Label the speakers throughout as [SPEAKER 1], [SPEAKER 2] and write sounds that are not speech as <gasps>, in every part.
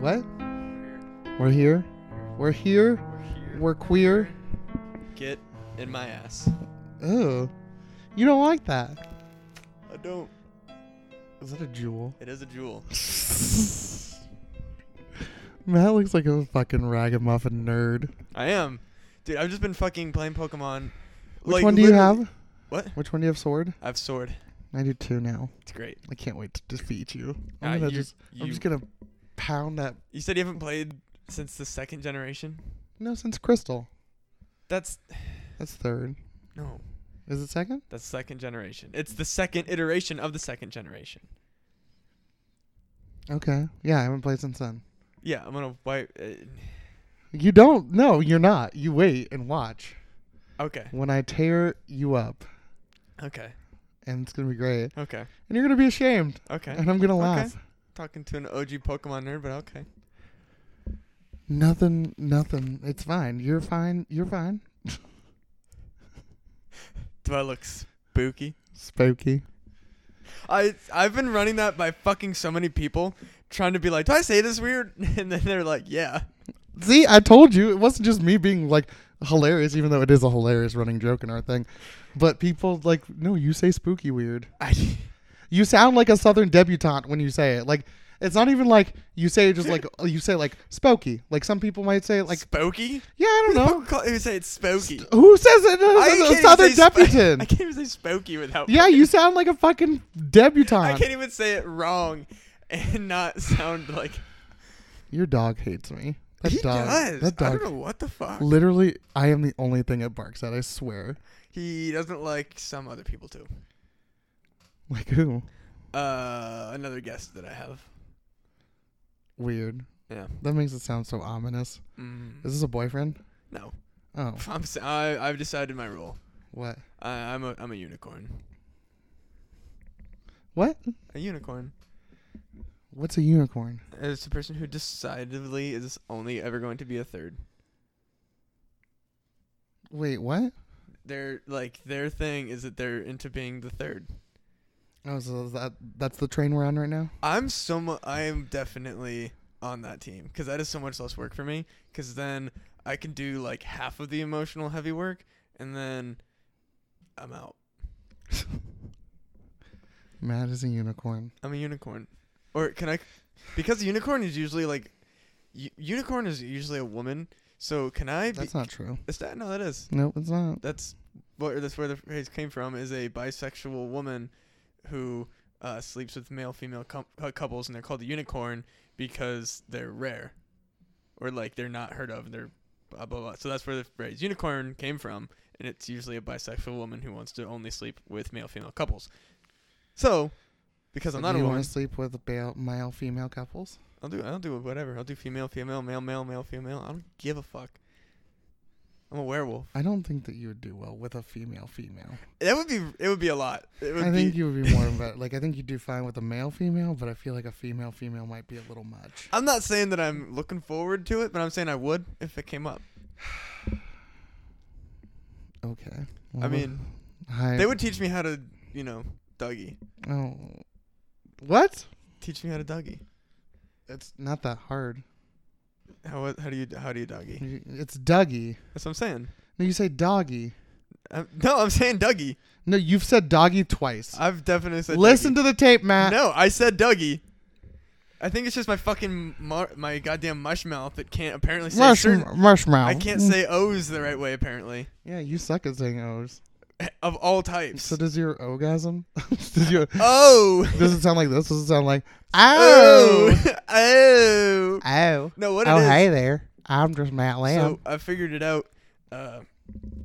[SPEAKER 1] What? We're here. We're here. We're queer.
[SPEAKER 2] Get in my ass.
[SPEAKER 1] Oh, you don't like that.
[SPEAKER 2] I don't.
[SPEAKER 1] Is that a jewel?
[SPEAKER 2] It is a jewel.
[SPEAKER 1] <laughs> Matt looks like a fucking ragamuffin nerd.
[SPEAKER 2] I am. Dude, I've just been fucking playing Pokemon.
[SPEAKER 1] Which one do you
[SPEAKER 2] literally-
[SPEAKER 1] have?
[SPEAKER 2] What?
[SPEAKER 1] Which one do you have? Sword.
[SPEAKER 2] I have sword.
[SPEAKER 1] I do two now.
[SPEAKER 2] It's great.
[SPEAKER 1] I can't wait to defeat you.
[SPEAKER 2] Ah,
[SPEAKER 1] I'm gonna
[SPEAKER 2] you-
[SPEAKER 1] just.
[SPEAKER 2] You,
[SPEAKER 1] I'm just gonna pound that.
[SPEAKER 2] you said you haven't played since the second generation?
[SPEAKER 1] No, since Crystal.
[SPEAKER 2] That's.
[SPEAKER 1] That's third.
[SPEAKER 2] No.
[SPEAKER 1] Is it second?
[SPEAKER 2] That's second generation. It's the second iteration of the second generation.
[SPEAKER 1] Okay. Yeah, I haven't played since then.
[SPEAKER 2] Yeah, I'm gonna wipe. Uh,
[SPEAKER 1] You don't. No, you're not. You wait and watch
[SPEAKER 2] okay.
[SPEAKER 1] when I tear you up,
[SPEAKER 2] Okay.
[SPEAKER 1] and it's gonna be great.
[SPEAKER 2] Okay.
[SPEAKER 1] And you're gonna be ashamed,
[SPEAKER 2] Okay.
[SPEAKER 1] and I'm gonna laugh.
[SPEAKER 2] Talking to an OG Pokemon nerd, but okay.
[SPEAKER 1] Nothing. Nothing. It's fine. You're fine. You're fine.
[SPEAKER 2] Do I look spooky?
[SPEAKER 1] Spooky.
[SPEAKER 2] I I've been running that by fucking so many people, trying to be like, do I say this weird? <laughs> And then they're like, yeah.
[SPEAKER 1] See, I told you it wasn't just me being like hilarious, even though it is a hilarious running joke in our thing. But people like, no, you say spooky weird.
[SPEAKER 2] I,
[SPEAKER 1] You sound like a southern debutante when you say it. Like it's not even like you say it just
[SPEAKER 2] <laughs>
[SPEAKER 1] like you say like spooky. Like some people might say it like
[SPEAKER 2] spooky.
[SPEAKER 1] yeah, I don't
[SPEAKER 2] <laughs>
[SPEAKER 1] know.
[SPEAKER 2] Fuck call- Who say it's spooky?
[SPEAKER 1] Who says it? No,
[SPEAKER 2] I can't
[SPEAKER 1] a
[SPEAKER 2] even
[SPEAKER 1] southern
[SPEAKER 2] say sp- <laughs> I
[SPEAKER 1] debutant.
[SPEAKER 2] can't even say spooky without.
[SPEAKER 1] Yeah, you sound like a fucking
[SPEAKER 2] <laughs> I
[SPEAKER 1] debutante.
[SPEAKER 2] can't even say it wrong, and not sound like.
[SPEAKER 1] Your dog hates me. <laughs> That
[SPEAKER 2] he
[SPEAKER 1] dog.
[SPEAKER 2] does.
[SPEAKER 1] That
[SPEAKER 2] I
[SPEAKER 1] dog.
[SPEAKER 2] don't know what the fuck.
[SPEAKER 1] Literally, I am the only thing it barks at. I swear. <laughs>
[SPEAKER 2] He doesn't like some other people too.
[SPEAKER 1] Like who?
[SPEAKER 2] Uh, another guest that I have.
[SPEAKER 1] Weird.
[SPEAKER 2] Yeah.
[SPEAKER 1] That makes it sound so ominous.
[SPEAKER 2] Mm.
[SPEAKER 1] Is this a boyfriend?
[SPEAKER 2] No, <laughs>
[SPEAKER 1] Oh,
[SPEAKER 2] I'm. s- I, am si have decided my rule.
[SPEAKER 1] what?
[SPEAKER 2] I, I'm a. I'm a unicorn.
[SPEAKER 1] What?
[SPEAKER 2] A unicorn
[SPEAKER 1] What's a unicorn?
[SPEAKER 2] is a person who decidedly is only ever going to be a third.
[SPEAKER 1] Wait, what?
[SPEAKER 2] Their like their thing is that they're into being the third.
[SPEAKER 1] Oh, so that that's the train we're on right now.
[SPEAKER 2] I'm so mu- I am definitely on that team because that is so much less work for me. Because then I can do like half of the emotional heavy work, and then I'm out.
[SPEAKER 1] Matt is a unicorn.
[SPEAKER 2] I'm a unicorn. Or can I? Because unicorn is usually like, u- unicorn is usually a woman. So can I? Be,
[SPEAKER 1] That's not true.
[SPEAKER 2] is that no? That is.
[SPEAKER 1] Nope, it's not.
[SPEAKER 2] That's what. That's where the phrase came from. Is a bisexual woman who uh, sleeps with male female com- uh, couples, and they're called a unicorn because they're rare, or like they're not heard of. And they're blah blah blah. So that's where the phrase unicorn came from, and it's usually a bisexual woman who wants to only sleep with male female couples. So, because I'm
[SPEAKER 1] Like,
[SPEAKER 2] not
[SPEAKER 1] you
[SPEAKER 2] a woman,
[SPEAKER 1] want to sleep with ba- male female couples?
[SPEAKER 2] I'll do I'll do whatever. I'll do female, female, male, male, male, female. I don't give a fuck. I'm a werewolf.
[SPEAKER 1] I don't think that you would do well with a female female.
[SPEAKER 2] That would be it would be a lot. It would
[SPEAKER 1] I
[SPEAKER 2] be
[SPEAKER 1] think you would be more of a like. I think you do fine with a male female, but I feel like a female female might be a little much.
[SPEAKER 2] I'm not saying that I'm looking forward to it, but I'm saying I would if it came up.
[SPEAKER 1] Okay.
[SPEAKER 2] I mean,
[SPEAKER 1] hi.
[SPEAKER 2] they would teach me how to, you know, Dougie.
[SPEAKER 1] Oh, what?
[SPEAKER 2] Teach me how to Dougie.
[SPEAKER 1] It's not that hard.
[SPEAKER 2] How how do you how do you Dougie?
[SPEAKER 1] You- It's Dougie.
[SPEAKER 2] That's what I'm saying.
[SPEAKER 1] No, you say doggy.
[SPEAKER 2] i no, I'm <laughs> saying Dougie.
[SPEAKER 1] No, you've said doggy twice.
[SPEAKER 2] I've definitely said.
[SPEAKER 1] Listen
[SPEAKER 2] Dougie.
[SPEAKER 1] to the tape, Matt.
[SPEAKER 2] No, I said Dougie. I think it's just my fucking mar- my goddamn mush mouth that can't apparently say
[SPEAKER 1] Marsh,
[SPEAKER 2] certain
[SPEAKER 1] marshmallow.
[SPEAKER 2] I can't say O's the right way, apparently.
[SPEAKER 1] <laughs>
[SPEAKER 2] <laughs>
[SPEAKER 1] Yeah, you suck at saying O's.
[SPEAKER 2] Of all types.
[SPEAKER 1] So does your orgasm? <laughs> does your
[SPEAKER 2] oh! <laughs>
[SPEAKER 1] does it sound like this? Does it sound like <laughs> oh
[SPEAKER 2] oh!
[SPEAKER 1] oh
[SPEAKER 2] <laughs> No, what it
[SPEAKER 1] oh
[SPEAKER 2] is-
[SPEAKER 1] hey there? I'm just Matt Lamb.
[SPEAKER 2] So I figured it out. Uh,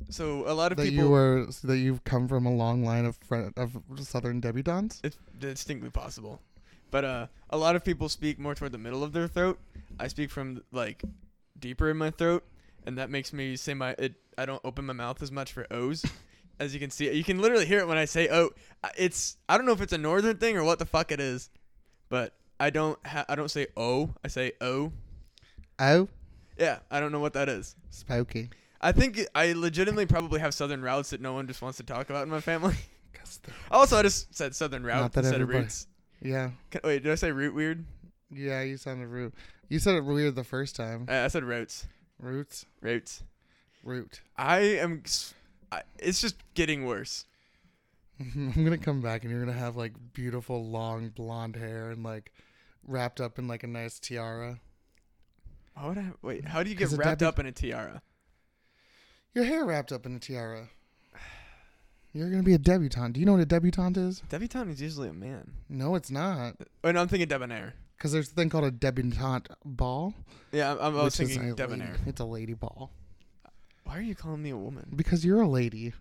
[SPEAKER 2] so a lot of
[SPEAKER 1] that
[SPEAKER 2] people.
[SPEAKER 1] you were that you've come from a long line of fr- of southern debutantes.
[SPEAKER 2] it's distinctly possible. But uh, a lot of people speak more toward the middle of their throat. I speak from, like, deeper in my throat. And that makes me say my. It, I don't open my mouth as much for O's. As you can see, you can literally hear it when I say "oh." I- It's I don't know if it's a northern thing or what the fuck it is, but I don't ha- I don't say "oh." I say "oh."
[SPEAKER 1] Oh,
[SPEAKER 2] Yeah, I don't know what that is.
[SPEAKER 1] spooky.
[SPEAKER 2] I think it- I legitimately probably have southern routes that no one just wants to talk about in my family. <laughs>
[SPEAKER 1] 'Cause the-
[SPEAKER 2] Also, Oh, I just said southern route
[SPEAKER 1] Not that
[SPEAKER 2] instead of
[SPEAKER 1] everybody-
[SPEAKER 2] roots.
[SPEAKER 1] Yeah,
[SPEAKER 2] Can, wait, did I say root weird?
[SPEAKER 1] yeah, you sounded rude. You said it weird the first time.
[SPEAKER 2] Uh, I, I said routes.
[SPEAKER 1] Roots.
[SPEAKER 2] Routes.
[SPEAKER 1] Root. <laughs>
[SPEAKER 2] I am. s- I, it's just getting worse.
[SPEAKER 1] I'm gonna come back and you're gonna have like beautiful long blonde hair and like wrapped up in like a nice tiara.
[SPEAKER 2] How would I wait? How do you get
[SPEAKER 1] 'Cause it
[SPEAKER 2] wrapped
[SPEAKER 1] happens-
[SPEAKER 2] up in a tiara?
[SPEAKER 1] Your hair wrapped up in a tiara. <sighs> You're gonna be a debutante. Do you know what a debutante is?
[SPEAKER 2] Debutante is usually a man.
[SPEAKER 1] No, it's not.
[SPEAKER 2] Oh, no, I'm thinking debonair.
[SPEAKER 1] Because there's a thing called a debutante ball.
[SPEAKER 2] Yeah, I'm, I'm, I was
[SPEAKER 1] which is
[SPEAKER 2] thinking
[SPEAKER 1] a
[SPEAKER 2] debonair.
[SPEAKER 1] Lady, it's a lady ball.
[SPEAKER 2] Why are you calling me a woman?
[SPEAKER 1] Because you're a lady.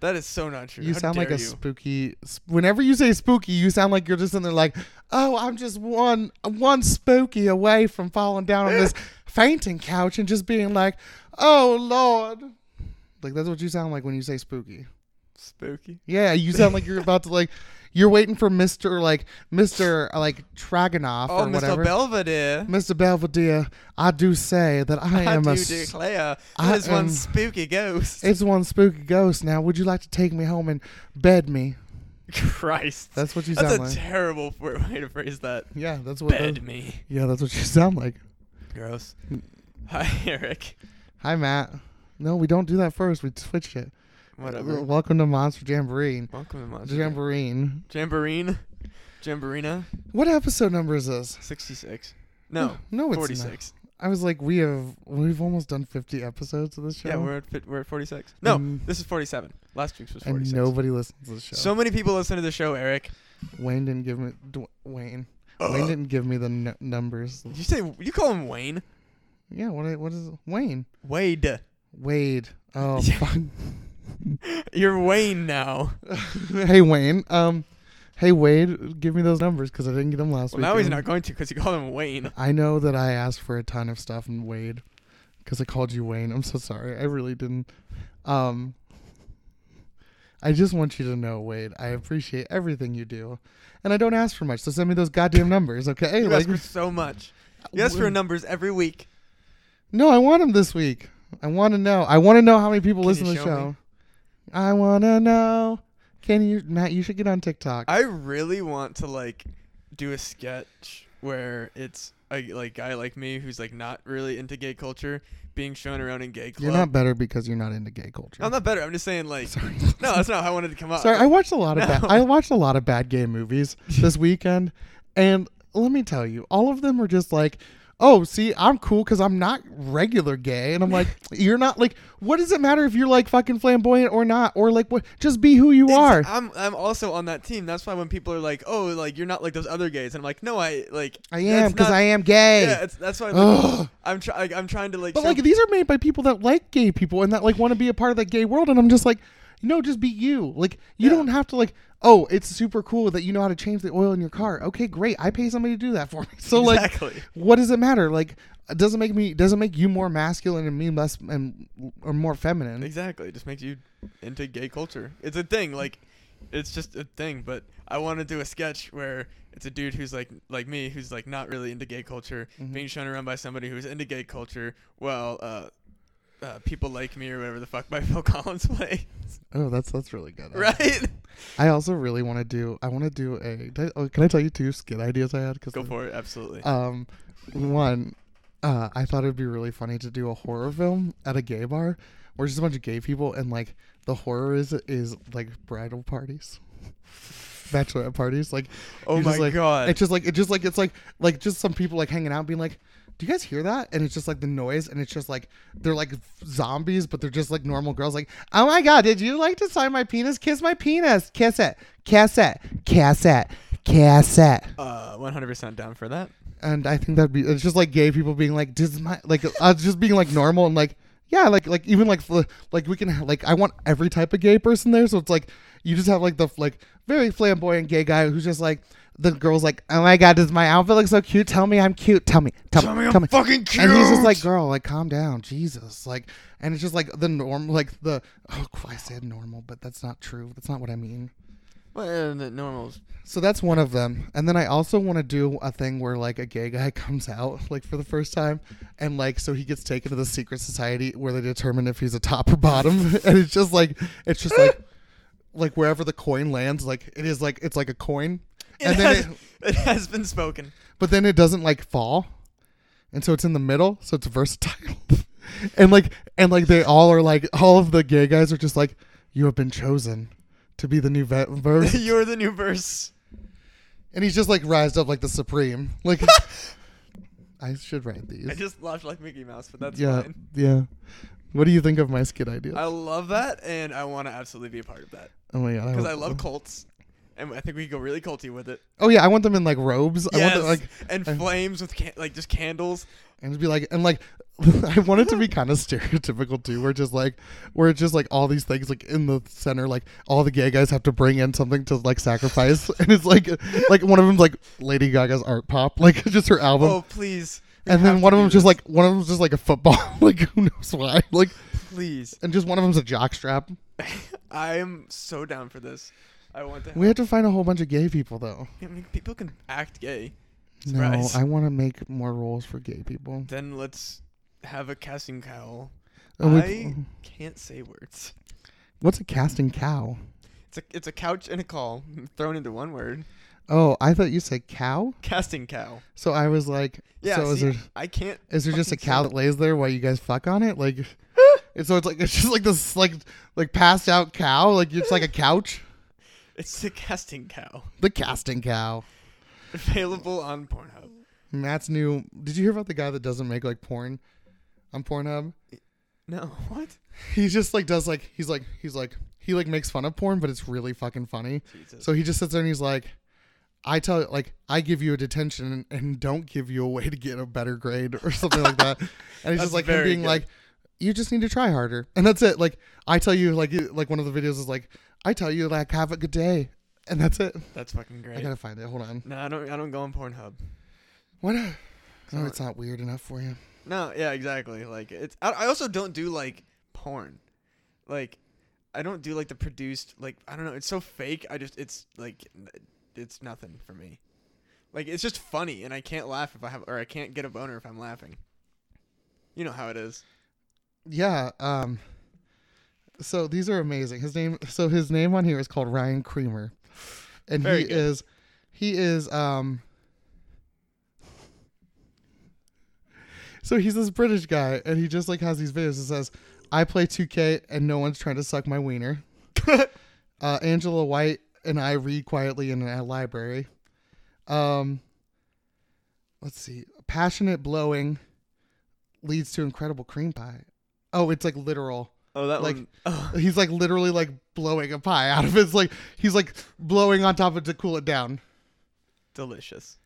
[SPEAKER 2] That is so not true.
[SPEAKER 1] You
[SPEAKER 2] How
[SPEAKER 1] sound like
[SPEAKER 2] dare
[SPEAKER 1] a
[SPEAKER 2] you?
[SPEAKER 1] spooky. sp- Whenever you say spooky, you sound like you're just in there like, oh, I'm just one one spooky away from falling down on
[SPEAKER 2] <laughs>
[SPEAKER 1] this fainting couch and just being like, oh lord. Like that's what you sound like when you say spooky.
[SPEAKER 2] spooky.
[SPEAKER 1] Yeah, you sound like you're about to like, you're waiting for Mister like Mister like Tragonoff
[SPEAKER 2] Oh,
[SPEAKER 1] or
[SPEAKER 2] Mr.
[SPEAKER 1] whatever.
[SPEAKER 2] Belvedere.
[SPEAKER 1] Mr. Belvedere, I do say that I
[SPEAKER 2] I
[SPEAKER 1] am
[SPEAKER 2] do
[SPEAKER 1] a. s-
[SPEAKER 2] declare.
[SPEAKER 1] I
[SPEAKER 2] There's one
[SPEAKER 1] am-
[SPEAKER 2] spooky ghost.
[SPEAKER 1] It's one spooky ghost. Now, would you like to take me home and bed me?
[SPEAKER 2] <laughs> Christ.
[SPEAKER 1] That's what you
[SPEAKER 2] That's
[SPEAKER 1] sound
[SPEAKER 2] a
[SPEAKER 1] like.
[SPEAKER 2] terrible f- way to phrase that.
[SPEAKER 1] yeah, that's what.
[SPEAKER 2] Bed me.
[SPEAKER 1] Yeah, that's what you <laughs> sound like.
[SPEAKER 2] Gross.
[SPEAKER 1] Mm.
[SPEAKER 2] Hi, <laughs> Eric.
[SPEAKER 1] Hi, Matt. No, we don't do that first. We switched it.
[SPEAKER 2] Whatever.
[SPEAKER 1] Welcome to Monster Jamboree.
[SPEAKER 2] Welcome to Monster Jam-
[SPEAKER 1] Jamboree.
[SPEAKER 2] Jamboreen. Jamborina.
[SPEAKER 1] What episode number is this?
[SPEAKER 2] 66. No.
[SPEAKER 1] No, it's not.
[SPEAKER 2] 46.
[SPEAKER 1] I was like, we have we've almost done fifty episodes of this show.
[SPEAKER 2] Yeah, we're at, fi- we're at 46. No,
[SPEAKER 1] Mm.
[SPEAKER 2] this is 47. Last week's was
[SPEAKER 1] and
[SPEAKER 2] 46.
[SPEAKER 1] nobody listens to the show.
[SPEAKER 2] so many people listen to the show, Eric.
[SPEAKER 1] Wayne didn't give me Dw- Wayne. Wayne didn't give me the n- numbers.
[SPEAKER 2] You say you call him Wayne?
[SPEAKER 1] Yeah, what what is Wayne? <laughs>
[SPEAKER 2] Wade.
[SPEAKER 1] Wade. Oh,
[SPEAKER 2] <laughs> Yeah.
[SPEAKER 1] fuck. <laughs>
[SPEAKER 2] You're Wayne now.
[SPEAKER 1] hey Wayne. Um, hey Wade, give me those numbers because I didn't get them last
[SPEAKER 2] Well,
[SPEAKER 1] week.
[SPEAKER 2] now he's not going to because you call him Wayne.
[SPEAKER 1] I know that I asked for a ton of stuff and Wade, because I called you Wayne. I'm so sorry. I really didn't. Um, I just want you to know, Wade. I appreciate everything you do, and I don't ask for much. So send me those goddamn numbers, okay?
[SPEAKER 2] you ask for so much.
[SPEAKER 1] Uh,
[SPEAKER 2] You ask for numbers every week.
[SPEAKER 1] No, I want them this week. I want to know. I want to know how many people
[SPEAKER 2] Can
[SPEAKER 1] listen
[SPEAKER 2] you
[SPEAKER 1] to the
[SPEAKER 2] show
[SPEAKER 1] show. I want to know. Can you, Matt? You should get on TikTok.
[SPEAKER 2] I really want to like do a sketch where it's a like guy like me who's like not really into gay culture being shown around in gay club.
[SPEAKER 1] you're not better because you're not into gay culture.
[SPEAKER 2] I'm not better. I'm just saying like
[SPEAKER 1] sorry.
[SPEAKER 2] no, that's not how I wanted to come up.
[SPEAKER 1] Sorry, I watched a lot of bad.
[SPEAKER 2] No. <laughs>
[SPEAKER 1] I watched a lot of bad gay movies this weekend, and let me tell you, all of them are just like, "Oh, see, I'm cool because I'm not regular gay," and I'm
[SPEAKER 2] <laughs>
[SPEAKER 1] like, "You're not like, what does it matter if you're like fucking flamboyant or not, or like what? Just be who you are."
[SPEAKER 2] Ex- I'm I'm also on that team. That's why when people are like, "Oh, like you're not like those other gays," and I'm like, "No, I like
[SPEAKER 1] I am
[SPEAKER 2] that's
[SPEAKER 1] because
[SPEAKER 2] not-
[SPEAKER 1] I am gay.
[SPEAKER 2] yeah." It's, that's why like,
[SPEAKER 1] Ugh.
[SPEAKER 2] I'm trying. I'm trying to like.
[SPEAKER 1] but
[SPEAKER 2] show-
[SPEAKER 1] like, these are made by people that like gay people and that like want to be a part of that gay world, and I'm just like, no, just be you. Like, you
[SPEAKER 2] Yeah.
[SPEAKER 1] don't have to like. Oh, it's super cool that you know how to change the oil in your car. Okay, great. I pay somebody to do that for me. <laughs> So like,
[SPEAKER 2] exactly.
[SPEAKER 1] what does it matter? Like, it doesn't make me doesn't make you more masculine and me less and or more feminine.
[SPEAKER 2] Exactly. It just makes you into gay culture. It's a thing. Like, it's just a thing. But I want to do a sketch where it's a dude who's like, like me, who's like not really into gay culture,
[SPEAKER 1] Mm-hmm.
[SPEAKER 2] being shown around by somebody who's into gay culture, while uh, uh, people like me or whatever the fuck <laughs> by Phil Collins play,
[SPEAKER 1] <laughs> Oh, that's that's really good.
[SPEAKER 2] right?
[SPEAKER 1] I also really want to do. I want to do a. did I- oh, can I tell you two skit ideas I had? Cause
[SPEAKER 2] Go for it. Absolutely.
[SPEAKER 1] Um, one, uh, I thought it would be really funny to do a horror film at a gay bar where it's just a bunch of gay people and like the horror is is like bridal parties. <laughs> Bachelorette parties, like
[SPEAKER 2] Oh
[SPEAKER 1] you're just
[SPEAKER 2] my
[SPEAKER 1] like-
[SPEAKER 2] God.
[SPEAKER 1] It's just like it's just like it's like like just some people like hanging out, being like, "Do you guys hear that?" And it's just like the noise, and it's just like they're like zombies, but they're just like normal girls. Like, "Oh my god, did you like to sign my penis? Kiss my penis, kiss it, kiss it, kiss it, kiss it."
[SPEAKER 2] Uh, 100% down for that.
[SPEAKER 1] and I think that'd be it's just like gay people being like, "Does my like uh, just being like normal and like yeah, like like even like fl- like we can ha- like I want every type of gay person there, so it's like you just have like the like very flamboyant gay guy who's just like the girl's like, oh my god, does my outfit look so cute? Tell me I'm cute. Tell me, tell,
[SPEAKER 2] Tell
[SPEAKER 1] me,
[SPEAKER 2] me I'm
[SPEAKER 1] tell me.
[SPEAKER 2] fucking cute.
[SPEAKER 1] And he's just like, girl, like calm down, Jesus, like, and it's just like the norm, like the oh, I said normal, but that's not true. That's not what I mean.
[SPEAKER 2] well, the normals.
[SPEAKER 1] So that's one of them. And then I also want to do a thing where like a gay guy <laughs> comes out like for the first time and like so he gets taken to the secret society where they determine if he's a top or bottom <laughs> and it's just like it's just
[SPEAKER 2] <laughs>
[SPEAKER 1] like like wherever the coin lands like it is like it's like a coin
[SPEAKER 2] It,
[SPEAKER 1] and then
[SPEAKER 2] <laughs> has,
[SPEAKER 1] it,
[SPEAKER 2] it has been spoken.
[SPEAKER 1] but then it doesn't like fall. and so it's in the middle, so it's versatile. <laughs> and like and like they all are like all of the gay guys are just like you have been chosen to be the new
[SPEAKER 2] <laughs>
[SPEAKER 1] vet verse.
[SPEAKER 2] You're the new verse.
[SPEAKER 1] and he's just like rised up like the supreme. Like <laughs> I should write these.
[SPEAKER 2] I just laughed like Mickey Mouse, but that's
[SPEAKER 1] yeah,
[SPEAKER 2] fine.
[SPEAKER 1] yeah. What do you think of my skit idea?
[SPEAKER 2] I love that, and I want to absolutely be a part of that
[SPEAKER 1] oh my god!
[SPEAKER 2] because I
[SPEAKER 1] hope-
[SPEAKER 2] love cults, and I think we could go really culty with it.
[SPEAKER 1] Oh yeah, I want them in like robes. I want
[SPEAKER 2] Yes,
[SPEAKER 1] them, like
[SPEAKER 2] and
[SPEAKER 1] I-
[SPEAKER 2] flames with can- like just candles.
[SPEAKER 1] and it'd be like and like <laughs> I want it to be kind of stereotypical too. We're just like we're just like all these things like in the center. Like all the gay guys have to bring in something to like sacrifice, <laughs> and it's like like one of them's like Lady Gaga's art pop, like <laughs> just her album.
[SPEAKER 2] oh please! We
[SPEAKER 1] and then
[SPEAKER 2] have
[SPEAKER 1] one
[SPEAKER 2] to
[SPEAKER 1] of
[SPEAKER 2] do
[SPEAKER 1] them's just
[SPEAKER 2] this.
[SPEAKER 1] like one of them's just like a football, <laughs> like who knows why, like
[SPEAKER 2] please.
[SPEAKER 1] and just one of them's a jockstrap.
[SPEAKER 2] I'm so down for this. I want to.
[SPEAKER 1] We had to find a whole bunch of gay people though.
[SPEAKER 2] I mean, people can act gay.
[SPEAKER 1] No,
[SPEAKER 2] Surprise.
[SPEAKER 1] I want to make more roles for gay people.
[SPEAKER 2] Then let's have a casting cowl.
[SPEAKER 1] And Uh, Oh, we- um,
[SPEAKER 2] I can't say words.
[SPEAKER 1] What's a casting cow?
[SPEAKER 2] It's a it's a couch and a call <laughs> thrown into one word.
[SPEAKER 1] Oh, I thought you said cow.
[SPEAKER 2] Casting cow.
[SPEAKER 1] So I was like,
[SPEAKER 2] Yeah.
[SPEAKER 1] so is
[SPEAKER 2] see,
[SPEAKER 1] there
[SPEAKER 2] I can't.
[SPEAKER 1] is there just a
[SPEAKER 2] fucking
[SPEAKER 1] cow
[SPEAKER 2] say
[SPEAKER 1] that lays there while you guys fuck on it?
[SPEAKER 2] <gasps>
[SPEAKER 1] Like, and so it's like it's just like this like like passed out cow. Like it's
[SPEAKER 2] <laughs>
[SPEAKER 1] like a couch.
[SPEAKER 2] It's the casting cow.
[SPEAKER 1] The casting cow.
[SPEAKER 2] Available on Pornhub.
[SPEAKER 1] Matt's new. Did you hear about the guy that doesn't make like porn on Pornhub?
[SPEAKER 2] No, what?
[SPEAKER 1] He just like does like he's like he's like he like makes fun of porn, but it's really fucking funny.
[SPEAKER 2] Jesus.
[SPEAKER 1] So he just sits there and he's like, I tell like I give you a detention and don't give you a way to get a better grade or something like
[SPEAKER 2] <laughs>
[SPEAKER 1] that. And he's
[SPEAKER 2] That's
[SPEAKER 1] just like him
[SPEAKER 2] very
[SPEAKER 1] being
[SPEAKER 2] good.
[SPEAKER 1] like, you just need to try harder, and that's it. Like I tell you, like you- like one of the videos is like, I tell you like have a good day, and that's it.
[SPEAKER 2] That's fucking great.
[SPEAKER 1] I gotta find it. Hold on.
[SPEAKER 2] no, I don't. I don't go on Pornhub.
[SPEAKER 1] What? No, Oh, it's not weird enough for you.
[SPEAKER 2] No, yeah, exactly. Like it's. I, I also don't do like porn. Like, I don't do like the produced. Like I don't know. It's so fake. I just. It's like. It's nothing for me. Like it's just funny, and I can't laugh if I have, or I can't get a boner if I'm laughing. You know how it is.
[SPEAKER 1] Yeah. Um. So these are amazing. His name. So his name on here is called Ryan Creamer, and
[SPEAKER 2] Very
[SPEAKER 1] he
[SPEAKER 2] good.
[SPEAKER 1] is, he is um. So he's this British guy, and he just like has these videos that says, "I play 2K, and no one's trying to suck my
[SPEAKER 2] <laughs>
[SPEAKER 1] wiener." uh, Angela White and I read quietly in a library. Um. Let's see. Passionate blowing leads to incredible cream pie. Oh, it's like literal.
[SPEAKER 2] Oh, that
[SPEAKER 1] Like-
[SPEAKER 2] one. Oh,
[SPEAKER 1] He's like literally like blowing a pie out of his like he's like blowing on top of it to cool it down.
[SPEAKER 2] delicious.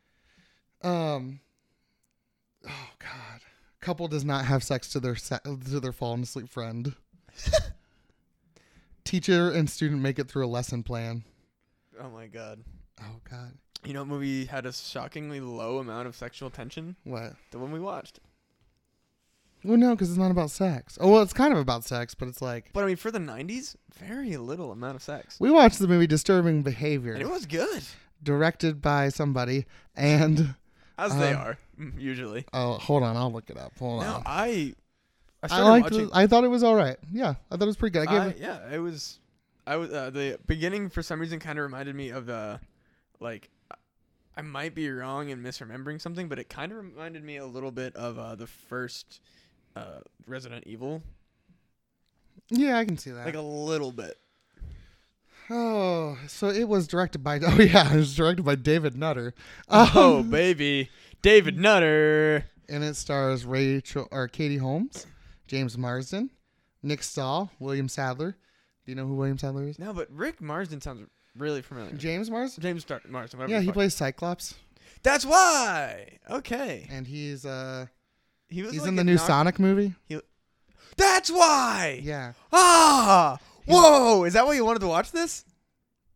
[SPEAKER 1] Um Oh god. Couple does not have sex to their se- to their fallen asleep friend. <laughs> Teacher and student make it through a lesson plan.
[SPEAKER 2] Oh my god.
[SPEAKER 1] Oh god.
[SPEAKER 2] You know, what movie had a shockingly low amount of sexual tension.
[SPEAKER 1] What?
[SPEAKER 2] The one we watched.
[SPEAKER 1] Well no, cuz it's not about sex. Oh, well it's kind of about sex, but it's like
[SPEAKER 2] But I mean, for the '90s, very little amount of sex,
[SPEAKER 1] we watched the movie Disturbing Behavior
[SPEAKER 2] and it was good,
[SPEAKER 1] directed by somebody and
[SPEAKER 2] as they
[SPEAKER 1] Um,
[SPEAKER 2] are <laughs> mm, usually.
[SPEAKER 1] oh, hold on, I'll look it up. Hold
[SPEAKER 2] No,
[SPEAKER 1] on.
[SPEAKER 2] I. I
[SPEAKER 1] I
[SPEAKER 2] started
[SPEAKER 1] liked
[SPEAKER 2] watching.
[SPEAKER 1] it. I thought it was all right. Yeah, I thought it was pretty good. I gave
[SPEAKER 2] I-
[SPEAKER 1] it
[SPEAKER 2] yeah, it was. I was uh, the beginning for some reason kind of reminded me of the, like, I- I might be wrong and misremembering something, but it kind of reminded me a little bit of uh, the first, uh, Resident Evil,
[SPEAKER 1] Yeah, I can see that.
[SPEAKER 2] like a little bit.
[SPEAKER 1] oh, so it was directed by. <laughs> Oh yeah, it was directed by David Nutter.
[SPEAKER 2] Oh
[SPEAKER 1] Um,
[SPEAKER 2] baby, David Nutter.
[SPEAKER 1] and it stars Rachel or Katie Holmes, James Marsden, Nick Stahl, William Sadler. Do you know who William Sadler is?
[SPEAKER 2] No, but Rick Marsden sounds really familiar.
[SPEAKER 1] James Marsden.
[SPEAKER 2] James Dar- Marsden. whatever
[SPEAKER 1] Yeah,
[SPEAKER 2] the
[SPEAKER 1] he
[SPEAKER 2] fuck.
[SPEAKER 1] plays Cyclops,
[SPEAKER 2] That's why. Okay.
[SPEAKER 1] and he's uh
[SPEAKER 2] He was
[SPEAKER 1] he's
[SPEAKER 2] like
[SPEAKER 1] in
[SPEAKER 2] a
[SPEAKER 1] the new
[SPEAKER 2] knock-
[SPEAKER 1] Sonic movie.
[SPEAKER 2] That's why.
[SPEAKER 1] Yeah.
[SPEAKER 2] Ah.
[SPEAKER 1] He's-
[SPEAKER 2] Whoa. Is that why you wanted to watch this?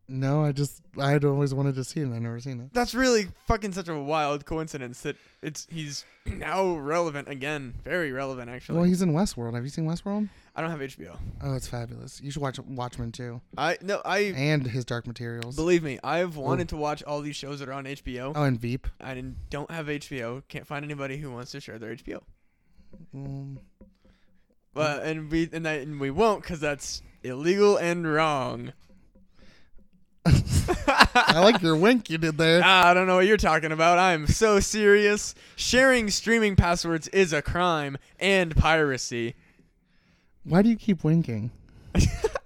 [SPEAKER 1] No, I just I'd always wanted to see it, and I never seen it.
[SPEAKER 2] That's really fucking such a wild coincidence that it's he's <clears throat> now relevant again. Very relevant actually.
[SPEAKER 1] Well, he's in Westworld. Have you seen Westworld?
[SPEAKER 2] I don't have HBO.
[SPEAKER 1] Oh, it's fabulous. You should watch Watchmen too,
[SPEAKER 2] I no, I
[SPEAKER 1] and his Dark Materials.
[SPEAKER 2] believe me. I've wanted to watch all these shows that are on HBO.
[SPEAKER 1] Oh, and Veep.
[SPEAKER 2] I didn't- don't have HBO. Can't find anybody who wants to share their
[SPEAKER 1] Mm.
[SPEAKER 2] HBO.
[SPEAKER 1] Um,
[SPEAKER 2] Well, and we and, I, and we won't because that's illegal and wrong.
[SPEAKER 1] I like your wink you did there.
[SPEAKER 2] <laughs> Ah, I don't know what you're talking about. I'm so serious. Sharing streaming passwords is a crime and piracy. <laughs>
[SPEAKER 1] Why do you keep winking?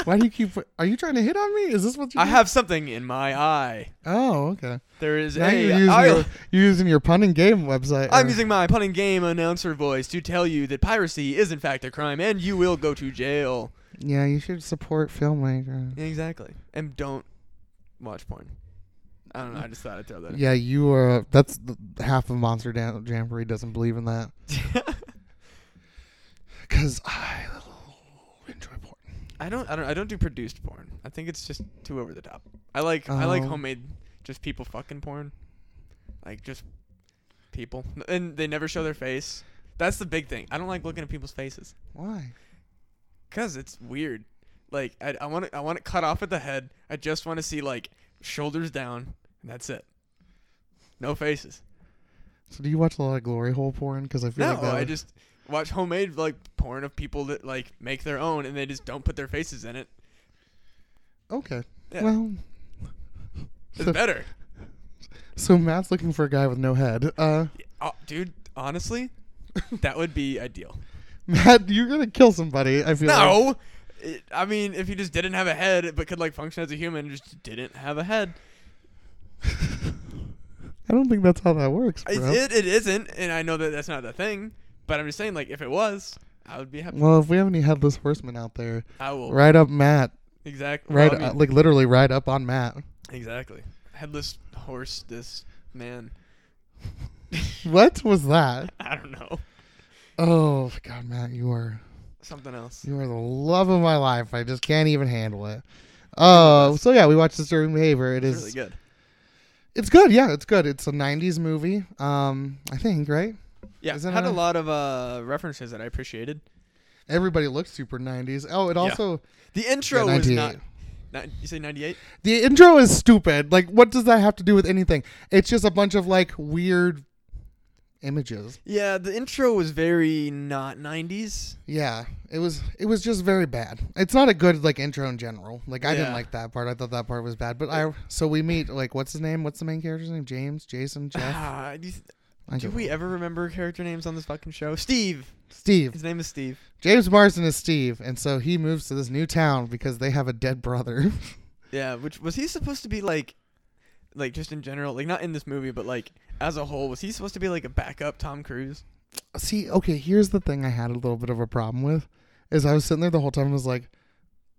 [SPEAKER 1] Why do you keep? Are you trying to hit on me? Is this what you?
[SPEAKER 2] I have something in my eye.
[SPEAKER 1] Oh, okay.
[SPEAKER 2] There is
[SPEAKER 1] Now
[SPEAKER 2] a.
[SPEAKER 1] you're using,
[SPEAKER 2] I-
[SPEAKER 1] your, you're using your pun and game website.
[SPEAKER 2] I'm
[SPEAKER 1] or-
[SPEAKER 2] using my pun and game announcer voice to tell you that piracy is in fact a crime and you will go to jail.
[SPEAKER 1] yeah, you should support filmmakers.
[SPEAKER 2] Exactly. And don't watch porn. I don't know. I just thought I'd throw that. in.
[SPEAKER 1] Yeah, you are. That's the, half of Monster Dan- Jamboree doesn't believe in
[SPEAKER 2] <laughs>
[SPEAKER 1] that. Because I enjoy porn.
[SPEAKER 2] I don't. I don't. I don't do produced porn. I think it's just too over the top. I like. I like
[SPEAKER 1] Oh.
[SPEAKER 2] homemade, just people fucking porn, like just people, and they never show their face. That's the big thing. I don't like looking at people's faces.
[SPEAKER 1] Why?
[SPEAKER 2] Cause it's weird. Like I, I want it. I want it cut off at the head. I just want to see like shoulders down, and that's it. No faces.
[SPEAKER 1] So do you watch a lot of glory hole porn? Because I feel
[SPEAKER 2] No,
[SPEAKER 1] like that
[SPEAKER 2] I
[SPEAKER 1] would-
[SPEAKER 2] just watch homemade like porn of people that like make their own, and they just don't put their faces in it.
[SPEAKER 1] okay.
[SPEAKER 2] Yeah.
[SPEAKER 1] Well,
[SPEAKER 2] It's
[SPEAKER 1] <laughs>
[SPEAKER 2] better.
[SPEAKER 1] so Matt's looking for a guy with no head. Uh,
[SPEAKER 2] Oh, dude, honestly, <laughs> that would be ideal.
[SPEAKER 1] <laughs> Matt, you're gonna kill somebody. I feel. like.
[SPEAKER 2] No, It- I mean, if you just didn't have a head, but could like function as a human, just didn't have a head.
[SPEAKER 1] I don't think that's how that works,
[SPEAKER 2] It,
[SPEAKER 1] bro.
[SPEAKER 2] it, it isn't, and I know that that's not the thing. But I'm just saying, like, if it was, I would be happy.
[SPEAKER 1] Well, if we have any headless horsemen out there,
[SPEAKER 2] I will
[SPEAKER 1] right up Matt,
[SPEAKER 2] exactly
[SPEAKER 1] right, uh, like literally right up on Matt.
[SPEAKER 2] exactly headless horse. This man, <laughs>
[SPEAKER 1] What was that?
[SPEAKER 2] I don't know
[SPEAKER 1] Oh my God, Matt, you are
[SPEAKER 2] something else.
[SPEAKER 1] you are the love of my life. I just can't even handle it. Uh, so yeah, we watched Disturbing Behavior. It
[SPEAKER 2] It's
[SPEAKER 1] is
[SPEAKER 2] really good.
[SPEAKER 1] It's good, yeah, it's good. It's a '90s movie, um, I think, right?
[SPEAKER 2] Yeah,
[SPEAKER 1] Isn't
[SPEAKER 2] had
[SPEAKER 1] it
[SPEAKER 2] a
[SPEAKER 1] a-
[SPEAKER 2] lot of uh, references that I appreciated.
[SPEAKER 1] Everybody looks super '90s. Oh, it
[SPEAKER 2] Yeah.
[SPEAKER 1] also
[SPEAKER 2] The intro
[SPEAKER 1] Yeah,
[SPEAKER 2] was not.
[SPEAKER 1] 98.
[SPEAKER 2] not you say 98?
[SPEAKER 1] the intro is stupid. Like, what does that have to do with anything? It's just a bunch of like weird images.
[SPEAKER 2] Yeah, the intro was very not 90s.
[SPEAKER 1] Yeah, it was it was just very bad. It's not a good like intro in general. Like I didn't
[SPEAKER 2] Yeah.
[SPEAKER 1] like that part. I thought that part was bad. But I so we meet like what's his name? What's the main character's name? James, Jason, Jeff.
[SPEAKER 2] Ah, do, you th-
[SPEAKER 1] I
[SPEAKER 2] do
[SPEAKER 1] don't-
[SPEAKER 2] we ever remember character names on this fucking show? Steve.
[SPEAKER 1] Steve.
[SPEAKER 2] His name is Steve.
[SPEAKER 1] James Marsden is Steve, and so he moves to this new town because they have a dead brother. <laughs>
[SPEAKER 2] Yeah, which was he supposed to be like like just in general, like not in this movie, but like as a whole, was he supposed to be like a backup Tom Cruise?
[SPEAKER 1] See, okay, here's the thing I had a little bit of a problem with is I was sitting there the whole time and was like,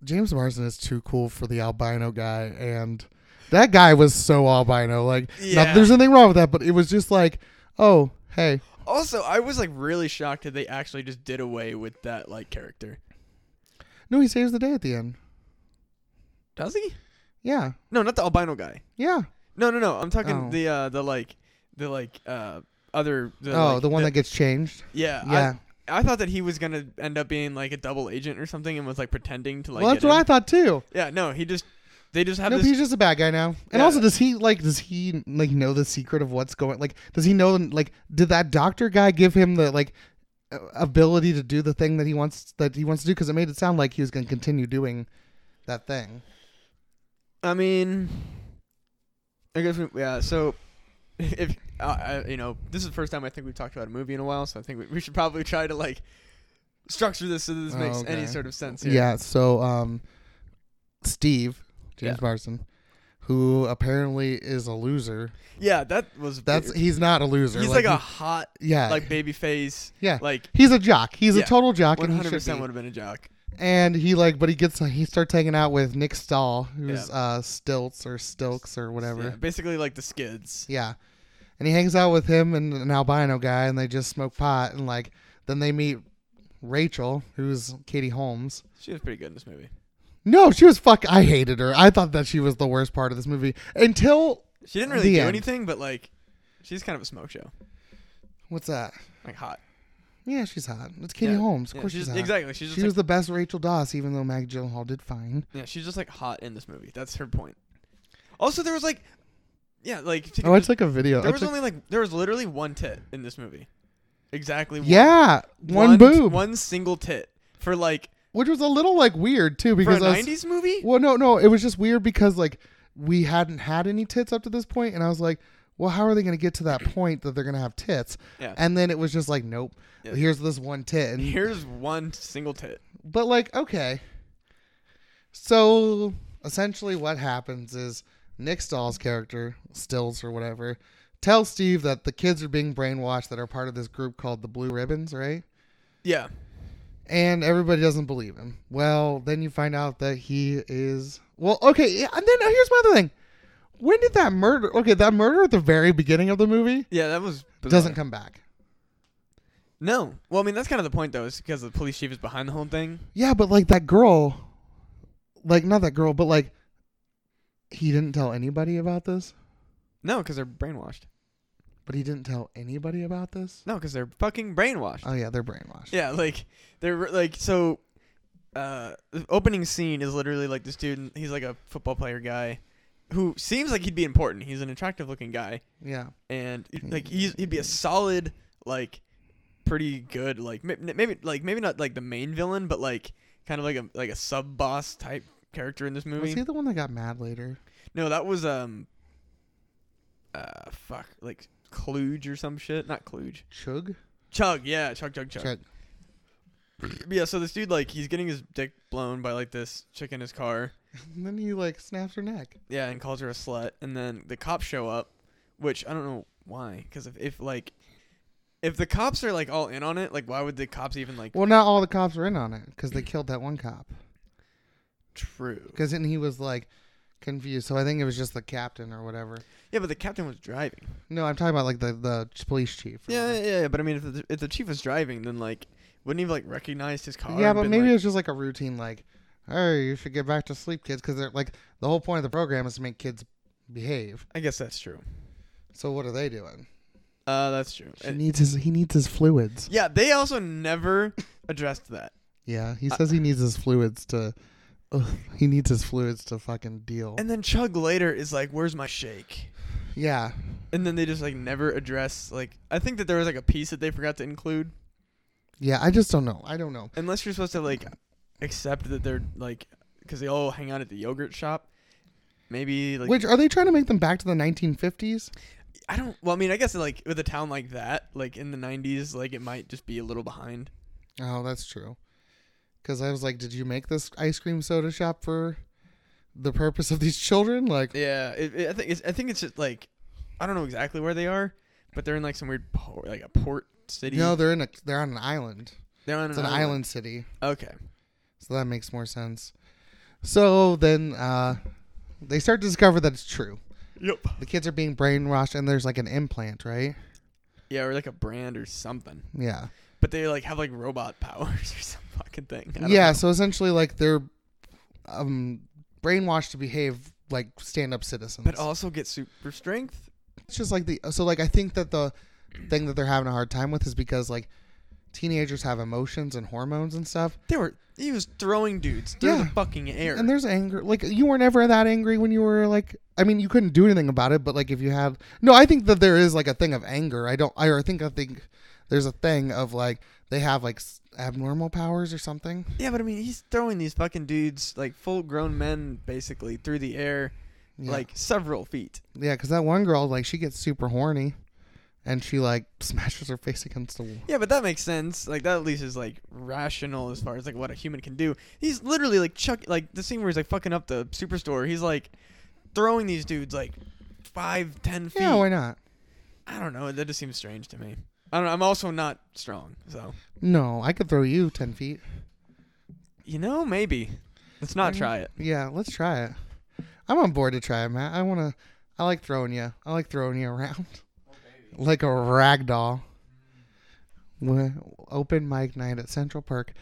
[SPEAKER 1] James Marsden is too cool for the albino guy and that guy was so albino. Like not
[SPEAKER 2] Yeah.
[SPEAKER 1] that there's anything wrong with that, but it was just like, oh, hey.
[SPEAKER 2] Also, I was like really shocked that they actually just did away with that like character.
[SPEAKER 1] No, he saves the day at the end.
[SPEAKER 2] Does he?
[SPEAKER 1] Yeah.
[SPEAKER 2] No, not the albino guy.
[SPEAKER 1] Yeah.
[SPEAKER 2] No, no, no. I'm talking
[SPEAKER 1] Oh.
[SPEAKER 2] the uh the like the like uh other the,
[SPEAKER 1] oh,
[SPEAKER 2] like,
[SPEAKER 1] the one that gets changed.
[SPEAKER 2] yeah I-
[SPEAKER 1] yeah.
[SPEAKER 2] I thought that he was gonna end up being like a double agent or something, and was like pretending to like.
[SPEAKER 1] well,
[SPEAKER 2] get
[SPEAKER 1] that's what
[SPEAKER 2] in.
[SPEAKER 1] I thought too.
[SPEAKER 2] Yeah, no, he just they just have
[SPEAKER 1] Nope,
[SPEAKER 2] this.
[SPEAKER 1] he's just a bad guy now. And
[SPEAKER 2] Yeah.
[SPEAKER 1] also, does he like? Does he like know the secret of what's going? Like, does he know? Like, did that doctor guy give him the like a- ability to do the thing that he wants that he wants to do? Because it made it sound like he was going to continue doing that thing.
[SPEAKER 2] I mean, I guess we, yeah. So <laughs> if uh, I, you know, this is the first time I think we've talked about a movie in a while, so I think we, we should probably try to like structure this so that this
[SPEAKER 1] Oh,
[SPEAKER 2] makes any
[SPEAKER 1] okay.
[SPEAKER 2] sort of sense. Here.
[SPEAKER 1] Yeah. So, um, Steve James Marsden, who apparently is a loser.
[SPEAKER 2] yeah, that was
[SPEAKER 1] That's
[SPEAKER 2] weird.
[SPEAKER 1] he's not a loser.
[SPEAKER 2] he's like, a
[SPEAKER 1] he-
[SPEAKER 2] hot
[SPEAKER 1] yeah
[SPEAKER 2] like baby face.
[SPEAKER 1] yeah.
[SPEAKER 2] Like
[SPEAKER 1] He's a jock. He's
[SPEAKER 2] Yeah.
[SPEAKER 1] a total jock,
[SPEAKER 2] one
[SPEAKER 1] and he
[SPEAKER 2] hundred
[SPEAKER 1] should
[SPEAKER 2] percent
[SPEAKER 1] be.
[SPEAKER 2] would have been a jock.
[SPEAKER 1] And he like, but he gets he starts hanging out with Nick Stahl, who's uh Stilts or Stilks or whatever.
[SPEAKER 2] Yeah,
[SPEAKER 1] Yeah.
[SPEAKER 2] basically like the skids.
[SPEAKER 1] and he hangs out with him and an albino guy, and they just smoke pot and like. Then they meet Rachel, who's Katie Holmes.
[SPEAKER 2] She was pretty good in this movie.
[SPEAKER 1] No, she was fuck. I hated her. I thought that she was the worst part of this movie until
[SPEAKER 2] She didn't really
[SPEAKER 1] The
[SPEAKER 2] do
[SPEAKER 1] end.
[SPEAKER 2] anything, but like she's kind of a smoke show,
[SPEAKER 1] what's that?
[SPEAKER 2] like hot.
[SPEAKER 1] Yeah, she's hot. It's Katie
[SPEAKER 2] Yeah.
[SPEAKER 1] Holmes. Of
[SPEAKER 2] Yeah,
[SPEAKER 1] course
[SPEAKER 2] she's
[SPEAKER 1] she's,
[SPEAKER 2] just-
[SPEAKER 1] hot.
[SPEAKER 2] exactly. She's just
[SPEAKER 1] She
[SPEAKER 2] like,
[SPEAKER 1] was the best Rachel Doss, even though Mag Gyllenhaal did fine.
[SPEAKER 2] yeah, she's just like hot in this movie. That's her point. Also, there was like, yeah, like
[SPEAKER 1] Oh, it's like a video. I
[SPEAKER 2] there was
[SPEAKER 1] took-
[SPEAKER 2] only like there was literally one tit in this movie. Exactly. one.
[SPEAKER 1] yeah, one, boob,
[SPEAKER 2] One single tit for like
[SPEAKER 1] which was a little like weird too
[SPEAKER 2] for a
[SPEAKER 1] because I was-
[SPEAKER 2] '90s movie.
[SPEAKER 1] Well, no, no, it was just weird because like we hadn't had any tits up to this point, and I was like, well, how are they going to get to that point that they're going to have tits?
[SPEAKER 2] Yeah.
[SPEAKER 1] And then it was just like, nope.
[SPEAKER 2] Yeah.
[SPEAKER 1] Here's this one tit, and
[SPEAKER 2] Here's one single tit.
[SPEAKER 1] but like okay so essentially what happens is nick stahl's character stills or whatever tells steve that the kids are being brainwashed that are part of this group called the blue ribbons right
[SPEAKER 2] Yeah.
[SPEAKER 1] and everybody doesn't believe him well then you find out that he is well okay yeah, and then uh, here's my other thing when did that murder okay that murder at the very beginning of the movie
[SPEAKER 2] Yeah, that was bizarre.
[SPEAKER 1] doesn't come back
[SPEAKER 2] No. Well, I mean, that's kind of the point though, is because the police chief is behind the whole thing.
[SPEAKER 1] Yeah, but like that girl, like not that girl, but like he didn't tell anybody about this.
[SPEAKER 2] No, because they're brainwashed.
[SPEAKER 1] But he didn't tell anybody about this.
[SPEAKER 2] No, because they're fucking brainwashed.
[SPEAKER 1] Oh yeah, they're brainwashed.
[SPEAKER 2] Yeah, like they're like so. Uh, the opening scene is literally like this dude. He's like a football player guy, who seems like he'd be important. He's an attractive looking guy,
[SPEAKER 1] Yeah.
[SPEAKER 2] and
[SPEAKER 1] Hmm.
[SPEAKER 2] like he's, he'd be a solid, like, pretty good, like ma- maybe like maybe not like the main villain, but like kind of like a like a sub boss type character in this
[SPEAKER 1] Was
[SPEAKER 2] movie.
[SPEAKER 1] he the one that got mad later?
[SPEAKER 2] No, that was um. Uh, fuck, like Kluge or some shit. Not Kluge.
[SPEAKER 1] Chug.
[SPEAKER 2] Chug, yeah, Chug, Chug, Chug.
[SPEAKER 1] Chug. <laughs>
[SPEAKER 2] But yeah, so this dude like he's getting his dick blown by like this chick in his car.
[SPEAKER 1] And then he like snaps her neck.
[SPEAKER 2] Yeah, and calls her a slut, and then the cops show up, which I don't know why, because if, if like if the cops are like all in on it, like why would the cops even like
[SPEAKER 1] Well, not all the cops were in on it because
[SPEAKER 2] <clears throat>
[SPEAKER 1] they killed that one cop.
[SPEAKER 2] true?
[SPEAKER 1] Because then he was like confused. So I think it was just the captain or whatever.
[SPEAKER 2] Yeah, but the captain was driving.
[SPEAKER 1] No, I'm talking about like the the ch- police chief. or
[SPEAKER 2] Yeah,
[SPEAKER 1] whatever.
[SPEAKER 2] yeah, yeah. But I mean, if the, if the chief was driving, then like wouldn't he have, like recognized his car?
[SPEAKER 1] Yeah,
[SPEAKER 2] and
[SPEAKER 1] but
[SPEAKER 2] been,
[SPEAKER 1] maybe it
[SPEAKER 2] like-
[SPEAKER 1] was just like a routine, like, hey, you should get back to sleep, kids, because they're like the whole point of the program is to make kids behave.
[SPEAKER 2] I guess that's true.
[SPEAKER 1] So what are they doing?
[SPEAKER 2] Uh, that's true.
[SPEAKER 1] She
[SPEAKER 2] And-
[SPEAKER 1] needs his. He needs his fluids.
[SPEAKER 2] yeah, they also never addressed that.
[SPEAKER 1] Yeah, he says he needs his fluids to. Ugh, he needs his fluids to fucking deal.
[SPEAKER 2] And then Chug later is like, "Where's my shake?"
[SPEAKER 1] yeah,
[SPEAKER 2] and then they just like never address like I think that there was like a piece that they forgot to include.
[SPEAKER 1] yeah. I just don't know. I don't know.
[SPEAKER 2] Unless you're supposed to like accept that they're like because they all hang out at the yogurt shop. Maybe like
[SPEAKER 1] Which are they trying to make them back to the 1950s?
[SPEAKER 2] I don't. Well, I mean, I guess like with a town like that, like in the '90s, like it might just be a little behind.
[SPEAKER 1] Oh, that's true. Because I was like, did you make this ice cream soda shop for the purpose of these children? Like,
[SPEAKER 2] Yeah, it, it- I think it's, I think it's just like I don't know exactly where they are, but they're in like some weird port, like a port city.
[SPEAKER 1] no, they're in a. They're on an island.
[SPEAKER 2] they're on
[SPEAKER 1] It's an island city.
[SPEAKER 2] Okay.
[SPEAKER 1] So that makes more sense. So then uh, they start to discover that it's true.
[SPEAKER 2] Yep.
[SPEAKER 1] The kids are being brainwashed, and there's like an implant, right?
[SPEAKER 2] Yeah, or like a brand or something.
[SPEAKER 1] Yeah.
[SPEAKER 2] But they like have like robot <laughs> powers or some fucking thing. I don't
[SPEAKER 1] Yeah. So essentially, like they're um, brainwashed to behave like stand-up citizens.
[SPEAKER 2] but also get super strength.
[SPEAKER 1] it's just like the so like I think that the thing that they're having a hard time with is because like teenagers have emotions and hormones and stuff,
[SPEAKER 2] They were he was throwing dudes through the
[SPEAKER 1] Yeah.
[SPEAKER 2] fucking air.
[SPEAKER 1] and there's anger. Like you weren't ever that angry when you were like. I mean, you couldn't do anything about it, but like if you had no, I think that there is like a thing of anger. I don't. I or I think I think there's a thing of like they have like s- abnormal powers or something.
[SPEAKER 2] yeah, but I mean he's throwing these fucking dudes like full grown men basically through the air
[SPEAKER 1] Yeah.
[SPEAKER 2] like several feet.
[SPEAKER 1] yeah, because that one girl like she gets super horny, and she like <laughs> smashes her face against the wall.
[SPEAKER 2] Yeah, but that makes sense. Like that at least is like rational as far as like what a human can do. He's literally like chuck like the scene where he's like fucking up the superstore, he's like throwing these dudes like five, ten feet.
[SPEAKER 1] Yeah, why not?
[SPEAKER 2] I don't know, that just seems strange to me. I don't know, I'm also not strong, so
[SPEAKER 1] No, I could throw you ten feet.
[SPEAKER 2] you know, maybe. Let's not
[SPEAKER 1] Mhm.
[SPEAKER 2] try it.
[SPEAKER 1] Yeah, let's try it. I'm on board to try it, Matt. I wanna. I like throwing you. I like throwing you <laughs> around, like a rag doll. Wh- Open mic night at Central Park.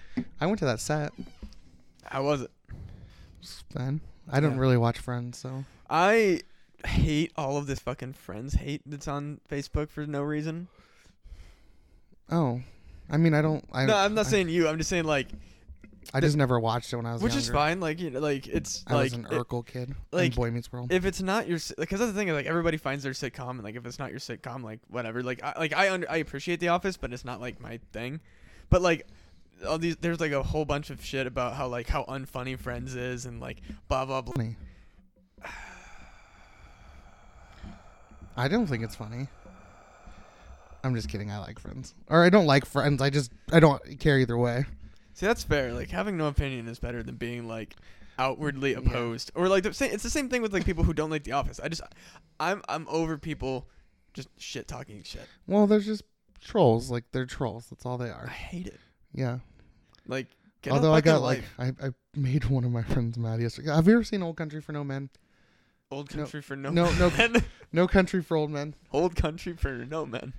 [SPEAKER 1] I went to that set.
[SPEAKER 2] How was it?
[SPEAKER 1] Then I didn't
[SPEAKER 2] Yeah.
[SPEAKER 1] really watch Friends, so
[SPEAKER 2] I hate all of this fucking friends hate that's on Facebook for no reason.
[SPEAKER 1] oh, I mean, I don't. I,
[SPEAKER 2] no, I'm not
[SPEAKER 1] I-
[SPEAKER 2] saying you. I'm just saying like,
[SPEAKER 1] I, just never watched it when I was
[SPEAKER 2] which
[SPEAKER 1] younger.
[SPEAKER 2] is fine. Like, you know, like it's
[SPEAKER 1] I
[SPEAKER 2] like
[SPEAKER 1] was an
[SPEAKER 2] i-
[SPEAKER 1] Urkel kid.
[SPEAKER 2] like,
[SPEAKER 1] in Boy Meets World.
[SPEAKER 2] if it's not your because that's the thing is like everybody finds their sitcom and like if it's not your sitcom like whatever like I like I under I appreciate The Office but it's not like my thing, but like. All these, there's like a whole bunch of shit about how like how unfunny Friends is and like blah blah blah.
[SPEAKER 1] Funny. I don't think it's funny. I'm just kidding. I like Friends, or I don't like Friends. I just I don't care either way.
[SPEAKER 2] See, that's fair. Like having no opinion is better than being like outwardly opposed. Or like the same, it's the same thing with like people who don't like The Office. I just I'm I'm over people just shit talking shit.
[SPEAKER 1] Well, they're just trolls. Like they're trolls. That's all they
[SPEAKER 2] I
[SPEAKER 1] are.
[SPEAKER 2] hate it.
[SPEAKER 1] Yeah.
[SPEAKER 2] Like get a
[SPEAKER 1] Although I
[SPEAKER 2] fucking
[SPEAKER 1] got like
[SPEAKER 2] life.
[SPEAKER 1] I, I made one of my friends mad yesterday. Have you ever seen Old Country for No Men?
[SPEAKER 2] old
[SPEAKER 1] no-
[SPEAKER 2] country for no
[SPEAKER 1] no- no-
[SPEAKER 2] man.
[SPEAKER 1] No Country for Old Men.
[SPEAKER 2] <laughs> old country for no man.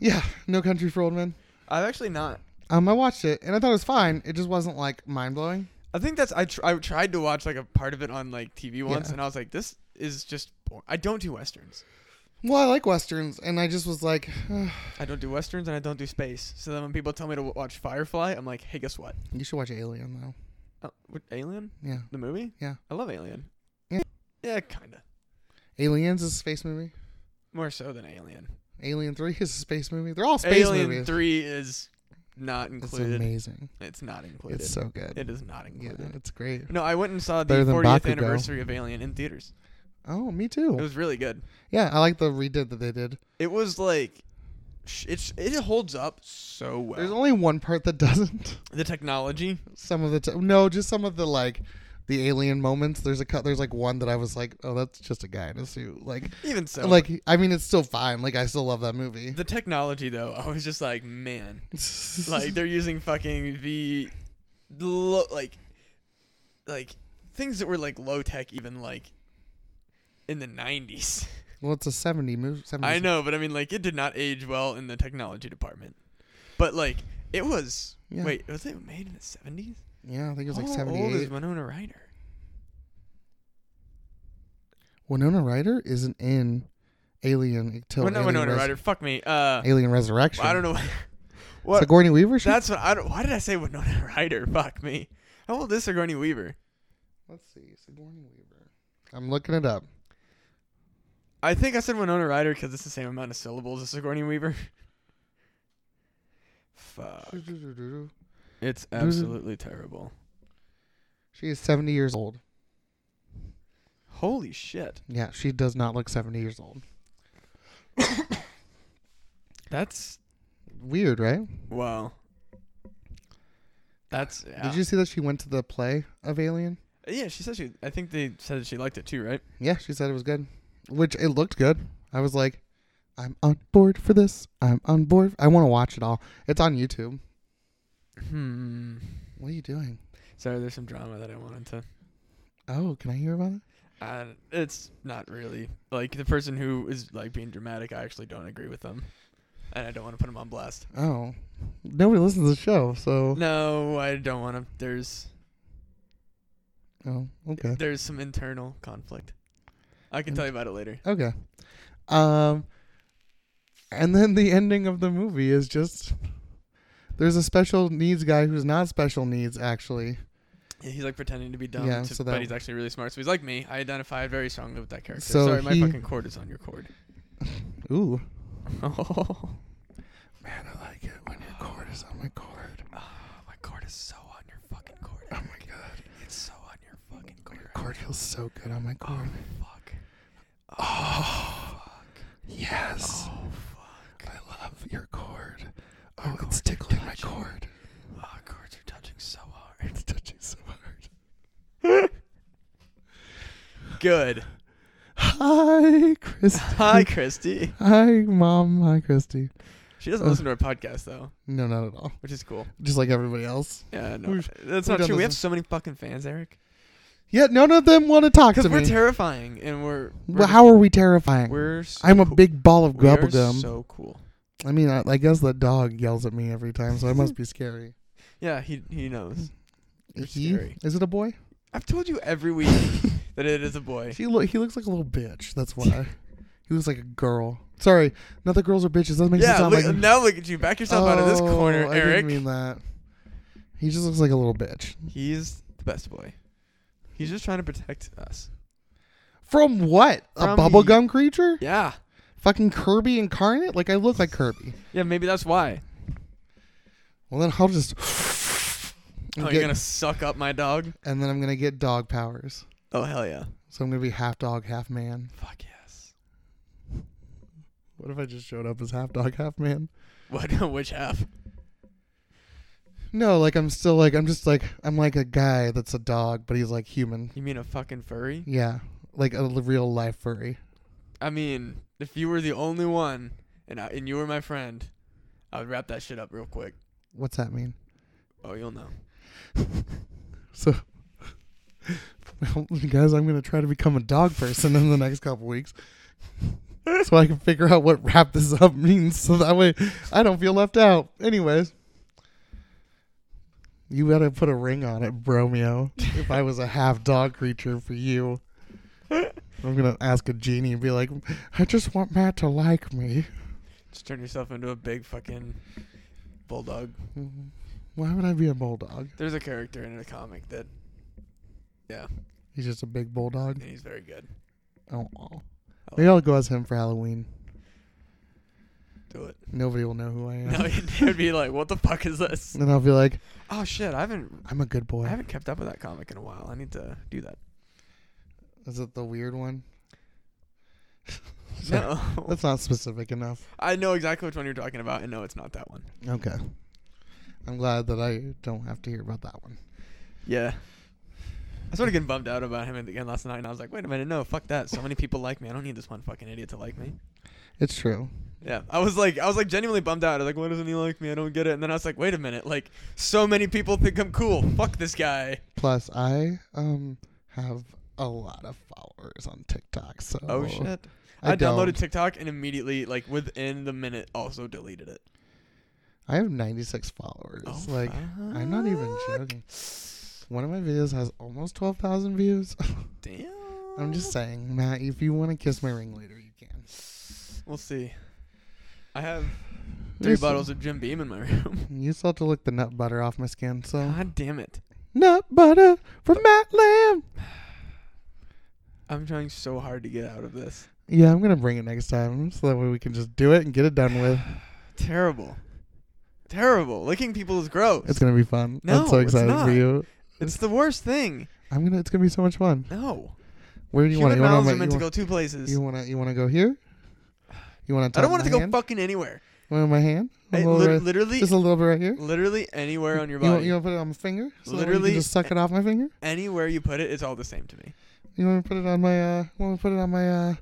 [SPEAKER 1] Yeah, No Country for Old Men.
[SPEAKER 2] I've actually not.
[SPEAKER 1] Um, I watched it and I thought it was fine. It just wasn't like mind blowing.
[SPEAKER 2] I think that's I tr- I tried to watch like a part of it on like TV once
[SPEAKER 1] Yeah.
[SPEAKER 2] and I was like this is just boring. I don't do westerns.
[SPEAKER 1] Well, I like westerns, and I just was like, <sighs> "Ugh,
[SPEAKER 2] I don't do westerns and I don't do space. So then when people tell me to w- watch Firefly, I'm like, hey, guess what?
[SPEAKER 1] you should watch Alien though.
[SPEAKER 2] Oh, what Alien?
[SPEAKER 1] Yeah,
[SPEAKER 2] The movie?
[SPEAKER 1] Yeah.
[SPEAKER 2] I love Alien.
[SPEAKER 1] Yeah.
[SPEAKER 2] Yeah, kinda.
[SPEAKER 1] Aliens is a space movie.
[SPEAKER 2] More so than Alien.
[SPEAKER 1] Alien Three <laughs> is a space movie. They're all space
[SPEAKER 2] Alien
[SPEAKER 1] movies.
[SPEAKER 2] Three is not
[SPEAKER 1] It's
[SPEAKER 2] included. It's,
[SPEAKER 1] amazing.
[SPEAKER 2] not included.
[SPEAKER 1] It's so good.
[SPEAKER 2] it is not
[SPEAKER 1] yeah,
[SPEAKER 2] included.
[SPEAKER 1] it's great.
[SPEAKER 2] No, I went and saw the
[SPEAKER 1] Better than
[SPEAKER 2] 40th
[SPEAKER 1] Bakugo.
[SPEAKER 2] anniversary of Alien in theaters.
[SPEAKER 1] Oh, me
[SPEAKER 2] It
[SPEAKER 1] too.
[SPEAKER 2] was really good.
[SPEAKER 1] Yeah, I like the redid that they did.
[SPEAKER 2] It was like, sh- it's it holds up so well.
[SPEAKER 1] There's only one part that <laughs> doesn't.
[SPEAKER 2] the technology.
[SPEAKER 1] Some of the t- no, just some of the like the alien moments. There's a cut. There's like one that I was like, oh, that's just a guy in a suit. Like,
[SPEAKER 2] Even so, like
[SPEAKER 1] like I mean, it's still fine. Like I still love that movie.
[SPEAKER 2] the technology though, I was just like, man,
[SPEAKER 1] <laughs>
[SPEAKER 2] like they're using fucking the lo- like like things that were like low tech even like in the 90s
[SPEAKER 1] well, it's a seventy movie. 70s
[SPEAKER 2] i know but i mean like it did not age well in the technology department but like it was
[SPEAKER 1] Yeah.
[SPEAKER 2] wait was it made in the 70s
[SPEAKER 1] Yeah, I think it was like
[SPEAKER 2] how old is
[SPEAKER 1] seventy-eight.
[SPEAKER 2] winona ryder
[SPEAKER 1] Winona Ryder isn't in Alien until
[SPEAKER 2] well, not
[SPEAKER 1] Alien,
[SPEAKER 2] winona
[SPEAKER 1] Res-
[SPEAKER 2] ryder fuck me uh
[SPEAKER 1] <laughs> Alien Resurrection.
[SPEAKER 2] i don't know what
[SPEAKER 1] Sigourney Weaver. She-
[SPEAKER 2] <laughs> that's what i don't why did i say winona ryder fuck me how old is sigourney weaver
[SPEAKER 1] Let's see, Sigourney Weaver. I'm looking it up.
[SPEAKER 2] I think I said Winona Ryder because it's the same amount of syllables as Sigourney Weaver. <laughs> Fuck. It's absolutely terrible.
[SPEAKER 1] She is 70 years old.
[SPEAKER 2] Holy shit.
[SPEAKER 1] Yeah, she does not look 70 years old.
[SPEAKER 2] That's.
[SPEAKER 1] Weird, right?
[SPEAKER 2] Wow. That's. Yeah.
[SPEAKER 1] Did you see that she went to the play of Alien?
[SPEAKER 2] yeah, she said she. I think they said that she liked it too, right?
[SPEAKER 1] Yeah, she said it was good, which it looked good. I was like, I'm on board for this. I'm on board. I want to watch it all. It's on YouTube.
[SPEAKER 2] Hmm.
[SPEAKER 1] What are you doing?
[SPEAKER 2] Sorry, there's some drama that I wanted to.
[SPEAKER 1] Oh, can I hear about it?
[SPEAKER 2] Uh, it's not really. Like, the person who is, like, being dramatic, I actually don't agree with them. And I don't want to put them on blast.
[SPEAKER 1] Oh, nobody listens to the show, so
[SPEAKER 2] No, I don't want to. There's.
[SPEAKER 1] oh, okay,
[SPEAKER 2] There's some internal conflict. I can tell you about it later.
[SPEAKER 1] okay. Um, and then the ending of the movie is just there's a special needs guy who's not special needs actually.
[SPEAKER 2] Yeah, He's like pretending to be dumb,
[SPEAKER 1] Yeah,
[SPEAKER 2] to-
[SPEAKER 1] so
[SPEAKER 2] but
[SPEAKER 1] that-
[SPEAKER 2] he's actually really smart. So he's like me. I identified very strongly with that character.
[SPEAKER 1] So
[SPEAKER 2] Sorry, my
[SPEAKER 1] he-
[SPEAKER 2] fucking cord is on
[SPEAKER 1] <laughs>
[SPEAKER 2] your cord. <laughs>
[SPEAKER 1] Ooh,
[SPEAKER 2] Oh,
[SPEAKER 1] man, I like it when your cord is on my cord.
[SPEAKER 2] my cord is so on your fucking cord.
[SPEAKER 1] Oh my god,
[SPEAKER 2] It's so on your fucking cord. Oh,
[SPEAKER 1] your cord feels so good on my cord.
[SPEAKER 2] Fuck.
[SPEAKER 1] Yes. Oh fuck. I love your cord. Oh, it's tickling my cord.
[SPEAKER 2] Oh, cords are touching so hard.
[SPEAKER 1] It's touching so hard.
[SPEAKER 2] Good.
[SPEAKER 1] Hi, Christy. <laughs>
[SPEAKER 2] Hi, Christy.
[SPEAKER 1] Hi, Mom. Hi, Christy.
[SPEAKER 2] She
[SPEAKER 1] Oh.
[SPEAKER 2] doesn't listen to our podcast though,
[SPEAKER 1] No, not at all.
[SPEAKER 2] which is cool.
[SPEAKER 1] Just like everybody else.
[SPEAKER 2] Yeah, no,
[SPEAKER 1] We've-
[SPEAKER 2] that's
[SPEAKER 1] we've
[SPEAKER 2] not
[SPEAKER 1] done
[SPEAKER 2] true. We
[SPEAKER 1] this one.
[SPEAKER 2] have so many fucking fans, Eric.
[SPEAKER 1] Yet none of them want to talk
[SPEAKER 2] Because
[SPEAKER 1] to
[SPEAKER 2] we're
[SPEAKER 1] me.
[SPEAKER 2] terrifying and we're. we're
[SPEAKER 1] well, how are we terrifying?
[SPEAKER 2] We're. So
[SPEAKER 1] I'm a
[SPEAKER 2] cool.
[SPEAKER 1] big ball of
[SPEAKER 2] We are
[SPEAKER 1] gobble gum.
[SPEAKER 2] So cool.
[SPEAKER 1] I mean, I, I guess that dog yells at me every time, so I must be
[SPEAKER 2] <laughs>
[SPEAKER 1] scary.
[SPEAKER 2] Yeah, he he knows. You're
[SPEAKER 1] He-
[SPEAKER 2] scary.
[SPEAKER 1] Is it a boy?
[SPEAKER 2] I've told you
[SPEAKER 1] <laughs>
[SPEAKER 2] every week that it is a boy.
[SPEAKER 1] He, lo- he looks like a little bitch. That's
[SPEAKER 2] <laughs>
[SPEAKER 1] why. he looks like a girl. Sorry, not that girls are bitches. That makes it
[SPEAKER 2] Yeah,
[SPEAKER 1] sound
[SPEAKER 2] look,
[SPEAKER 1] like
[SPEAKER 2] now look at you. Back yourself out of this
[SPEAKER 1] Oh,
[SPEAKER 2] corner,
[SPEAKER 1] I
[SPEAKER 2] Eric.
[SPEAKER 1] didn't mean that. He just looks like a little bitch.
[SPEAKER 2] He's the best boy. He's just trying to protect us.
[SPEAKER 1] From what? A
[SPEAKER 2] From
[SPEAKER 1] bubblegum creature?
[SPEAKER 2] Yeah.
[SPEAKER 1] Fucking Kirby incarnate? Like I look like Kirby.
[SPEAKER 2] Yeah, maybe that's why.
[SPEAKER 1] Well then I'll just
[SPEAKER 2] Oh,
[SPEAKER 1] and,
[SPEAKER 2] you're
[SPEAKER 1] get-
[SPEAKER 2] gonna suck up my dog?
[SPEAKER 1] and then I'm gonna get dog powers.
[SPEAKER 2] Oh hell yeah.
[SPEAKER 1] So I'm gonna be half dog, half man.
[SPEAKER 2] Fuck yes.
[SPEAKER 1] What if I just showed up as half dog, half man?
[SPEAKER 2] What? <laughs> Which half?
[SPEAKER 1] No, like I'm still like I'm just like I'm like a guy that's a dog, but he's like human.
[SPEAKER 2] You mean a fucking furry?
[SPEAKER 1] Yeah, like a l- real life furry.
[SPEAKER 2] I mean, if you were the only one and I, and you were my friend, I would wrap that shit up real quick.
[SPEAKER 1] What's that mean?
[SPEAKER 2] Oh, you'll know.
[SPEAKER 1] So, well, <laughs> guys, I'm gonna try to become a dog person in the next couple weeks, so I can figure out what wrap this up <laughs> means, so that way I don't feel left out. Anyways, you gotta put a ring on it, Bromeo. if I was a half dog creature for you, I'm gonna ask a genie and be like, "I just want Matt to like me."
[SPEAKER 2] Just turn yourself into a big fucking bulldog.
[SPEAKER 1] Why would I be a bulldog?
[SPEAKER 2] There's a character in a comic that, yeah,
[SPEAKER 1] He's just a big bulldog.
[SPEAKER 2] and he's very good.
[SPEAKER 1] Oh, maybe I'll go as him for Halloween.
[SPEAKER 2] Do it.
[SPEAKER 1] Nobody will know who I am.
[SPEAKER 2] No, <laughs> it'd be like, what the fuck is this?
[SPEAKER 1] And I'll be like,
[SPEAKER 2] Oh shit, I haven't,
[SPEAKER 1] I'm a good boy.
[SPEAKER 2] I haven't kept up with that comic in a while. I need to do <laughs> that.
[SPEAKER 1] Is it the weird one? Sorry,
[SPEAKER 2] No,
[SPEAKER 1] That's not specific enough.
[SPEAKER 2] <laughs> I know exactly which one you're talking about, and no, it's not that one.
[SPEAKER 1] Okay. I'm glad that I don't have to hear about that one.
[SPEAKER 2] Yeah. I started getting bummed out about him again last night, and I was like, wait a minute, no, fuck that. So many people like me. I don't need this one fucking idiot to like me.
[SPEAKER 1] It's true.
[SPEAKER 2] Yeah, I was like, I was like genuinely bummed out. I was like, why doesn't he like me? I don't get it. And then I was like, wait a minute, like so many people think I'm cool. Fuck this guy.
[SPEAKER 1] Plus, I um have a lot of followers on TikTok. So
[SPEAKER 2] Oh shit. I,
[SPEAKER 1] I
[SPEAKER 2] downloaded
[SPEAKER 1] don't.
[SPEAKER 2] TikTok and immediately, like within the minute, also deleted it.
[SPEAKER 1] I have 96 followers.
[SPEAKER 2] Oh,
[SPEAKER 1] like I'm not even
[SPEAKER 2] fuck.
[SPEAKER 1] joking. One of my videos has almost 12,000 views. <laughs>
[SPEAKER 2] Damn.
[SPEAKER 1] I'm just saying, Matt. If you want to kiss my ring later, you can.
[SPEAKER 2] We'll see. I have three
[SPEAKER 1] Listen,
[SPEAKER 2] bottles of Jim Beam in my room. <laughs>
[SPEAKER 1] You still have to lick the nut butter off my skin. So.
[SPEAKER 2] God damn it.
[SPEAKER 1] Nut butter from Matt Lamb.
[SPEAKER 2] I'm trying so hard to get out of this.
[SPEAKER 1] Yeah, I'm gonna bring it next time so that way we can just do it and get it done with.
[SPEAKER 2] Terrible. Terrible. Licking people is gross.
[SPEAKER 1] It's gonna be fun.
[SPEAKER 2] No,
[SPEAKER 1] I'm so
[SPEAKER 2] it's
[SPEAKER 1] excited
[SPEAKER 2] not.
[SPEAKER 1] for you.
[SPEAKER 2] It's the worst thing.
[SPEAKER 1] I'm gonna. It's gonna be so much fun.
[SPEAKER 2] No.
[SPEAKER 1] Where do you want
[SPEAKER 2] Human
[SPEAKER 1] to? You want
[SPEAKER 2] mouths
[SPEAKER 1] to?
[SPEAKER 2] are
[SPEAKER 1] You,
[SPEAKER 2] meant to
[SPEAKER 1] wanna-
[SPEAKER 2] go two places.
[SPEAKER 1] you want to? You want to go here? You want to?
[SPEAKER 2] I don't want it to go fucking anywhere.
[SPEAKER 1] Want my hand? A
[SPEAKER 2] I-
[SPEAKER 1] little
[SPEAKER 2] lit-
[SPEAKER 1] right-
[SPEAKER 2] literally,
[SPEAKER 1] just a little bit right here.
[SPEAKER 2] literally anywhere on your
[SPEAKER 1] You
[SPEAKER 2] body,
[SPEAKER 1] want, you want to put it on my finger? So that way you
[SPEAKER 2] Literally-
[SPEAKER 1] can just suck it off my finger.
[SPEAKER 2] anywhere you put it, it's all the same to me.
[SPEAKER 1] You want to put it on my? uh Want to put it on my uh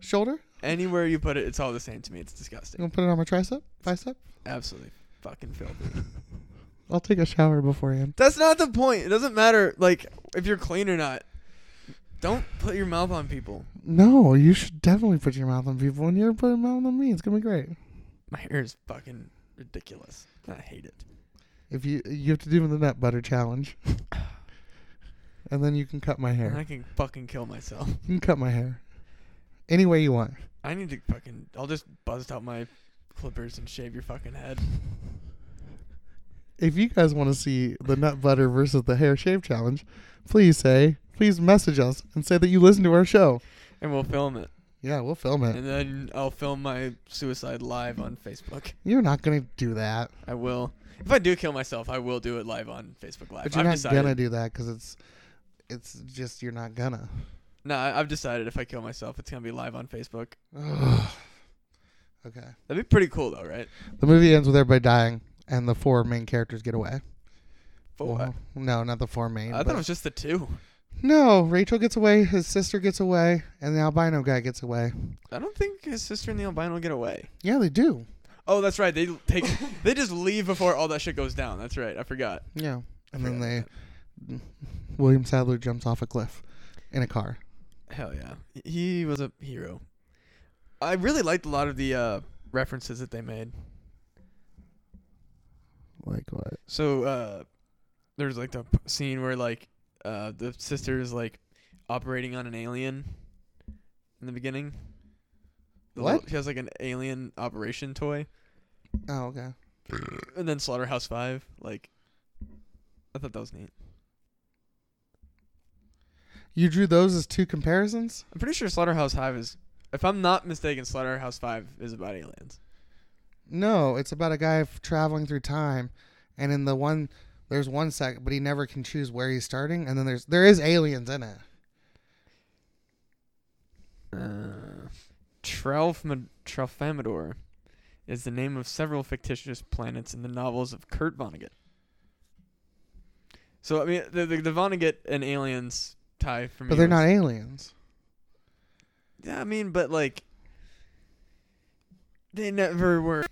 [SPEAKER 1] shoulder?
[SPEAKER 2] Anywhere you put it, it's all the same to me. It's
[SPEAKER 1] You
[SPEAKER 2] disgusting.
[SPEAKER 1] want to put it on my tricep, bicep?
[SPEAKER 2] Absolutely fucking filthy.
[SPEAKER 1] I'll take a shower beforehand.
[SPEAKER 2] That's not the point. It doesn't matter like if you're clean or not. Don't put your mouth on people.
[SPEAKER 1] No, you should definitely put your mouth on people, and you're putting mouth on me. It's gonna be great.
[SPEAKER 2] My hair is fucking ridiculous. I hate it.
[SPEAKER 1] If you you have to do the nut butter challenge, <laughs> and then you can cut my
[SPEAKER 2] And I
[SPEAKER 1] hair.
[SPEAKER 2] can fucking kill myself.
[SPEAKER 1] You can cut my hair any way you want.
[SPEAKER 2] I need to fucking. I'll just bust out my clippers and shave your fucking head.
[SPEAKER 1] If you guys want to see the nut butter versus the hair shave challenge, please say, please message us and say that you listen to our show.
[SPEAKER 2] And we'll film it.
[SPEAKER 1] Yeah, we'll film it.
[SPEAKER 2] And then I'll film my suicide live on Facebook.
[SPEAKER 1] You're not gonna do that.
[SPEAKER 2] I will. If I do kill myself, I will do it live on Facebook Live.
[SPEAKER 1] But you're
[SPEAKER 2] I've
[SPEAKER 1] not
[SPEAKER 2] decided.
[SPEAKER 1] gonna do that because it's it's just you're not gonna. <sighs>
[SPEAKER 2] No, I- I've decided if I kill myself, it's gonna be live on Facebook.
[SPEAKER 1] Ugh. Okay.
[SPEAKER 2] That'd be pretty cool, though, right?
[SPEAKER 1] The movie ends with everybody dying and the four main characters get away.
[SPEAKER 2] But
[SPEAKER 1] Well, no, not the four main.
[SPEAKER 2] I, I
[SPEAKER 1] but-
[SPEAKER 2] thought it was just the two.
[SPEAKER 1] No, Rachel gets away, his sister gets away, and the albino guy gets away.
[SPEAKER 2] I don't think his sister and the albino get away.
[SPEAKER 1] Yeah, they do.
[SPEAKER 2] Oh, that's right. They <laughs> take. they just leave before all that shit goes down. That's right. I forgot.
[SPEAKER 1] Yeah.
[SPEAKER 2] I
[SPEAKER 1] And then
[SPEAKER 2] forgot
[SPEAKER 1] they William Sadler jumps off a cliff in a car.
[SPEAKER 2] Hell yeah. He was a hero. I really liked a lot of the uh, references that they made.
[SPEAKER 1] Like what?
[SPEAKER 2] So uh, there's like the p- scene where like uh, the sister is like operating on an alien in the beginning. The
[SPEAKER 1] What?
[SPEAKER 2] little- she has like an alien operation toy,
[SPEAKER 1] Oh, okay.
[SPEAKER 2] and then Slaughterhouse Five. Like, I thought that was neat.
[SPEAKER 1] You drew those as two comparisons?
[SPEAKER 2] I'm pretty sure Slaughterhouse Five is, if I'm not mistaken, Slaughterhouse Five is about aliens.
[SPEAKER 1] No, it's about a guy f- traveling through time and in the one there's one sec but he never can choose where he's starting and then there's there is aliens in it.
[SPEAKER 2] Uh, Tralfma- Tralfamador is the name of several fictitious planets in the novels of Kurt Vonnegut. So I mean, the the, the Vonnegut and aliens tie for me.
[SPEAKER 1] But they're
[SPEAKER 2] was-
[SPEAKER 1] not aliens.
[SPEAKER 2] Yeah, I mean, but like, they never were.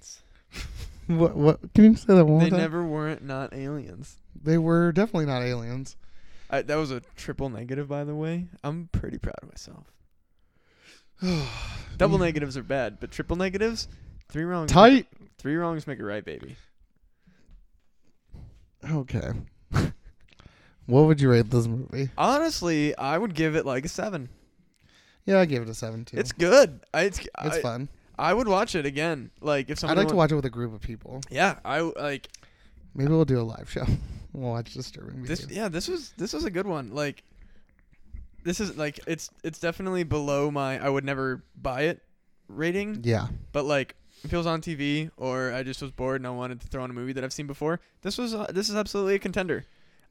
[SPEAKER 1] What? What? Can you say that one more
[SPEAKER 2] They
[SPEAKER 1] time?
[SPEAKER 2] never weren't not aliens.
[SPEAKER 1] they were definitely not aliens.
[SPEAKER 2] I, that was a triple negative, by the way. I'm pretty proud of myself. <sighs> Double negatives are bad, but triple negatives, three wrongs. make-
[SPEAKER 1] Mm. Tight.
[SPEAKER 2] Three wrongs make a right, baby.
[SPEAKER 1] Okay. <laughs> what would you rate this movie?
[SPEAKER 2] Honestly, I would give it like a seven.
[SPEAKER 1] Yeah, I gave it a seven too.
[SPEAKER 2] It's good. I, it's
[SPEAKER 1] it's
[SPEAKER 2] I,
[SPEAKER 1] fun.
[SPEAKER 2] I would watch it again. Like
[SPEAKER 1] I'd
[SPEAKER 2] if someone
[SPEAKER 1] like to watch it with a group of people.
[SPEAKER 2] Yeah, I w- like
[SPEAKER 1] Maybe we'll do a live show. <laughs> We'll watch Disturbing
[SPEAKER 2] this.
[SPEAKER 1] Behavior.
[SPEAKER 2] Yeah, this was this was a good one. Like this is like it's it's definitely below my I would never buy it rating.
[SPEAKER 1] Yeah.
[SPEAKER 2] But like, if it was on TV or I just was bored and I wanted to throw on a movie that I've seen before, this was uh, this is absolutely a contender.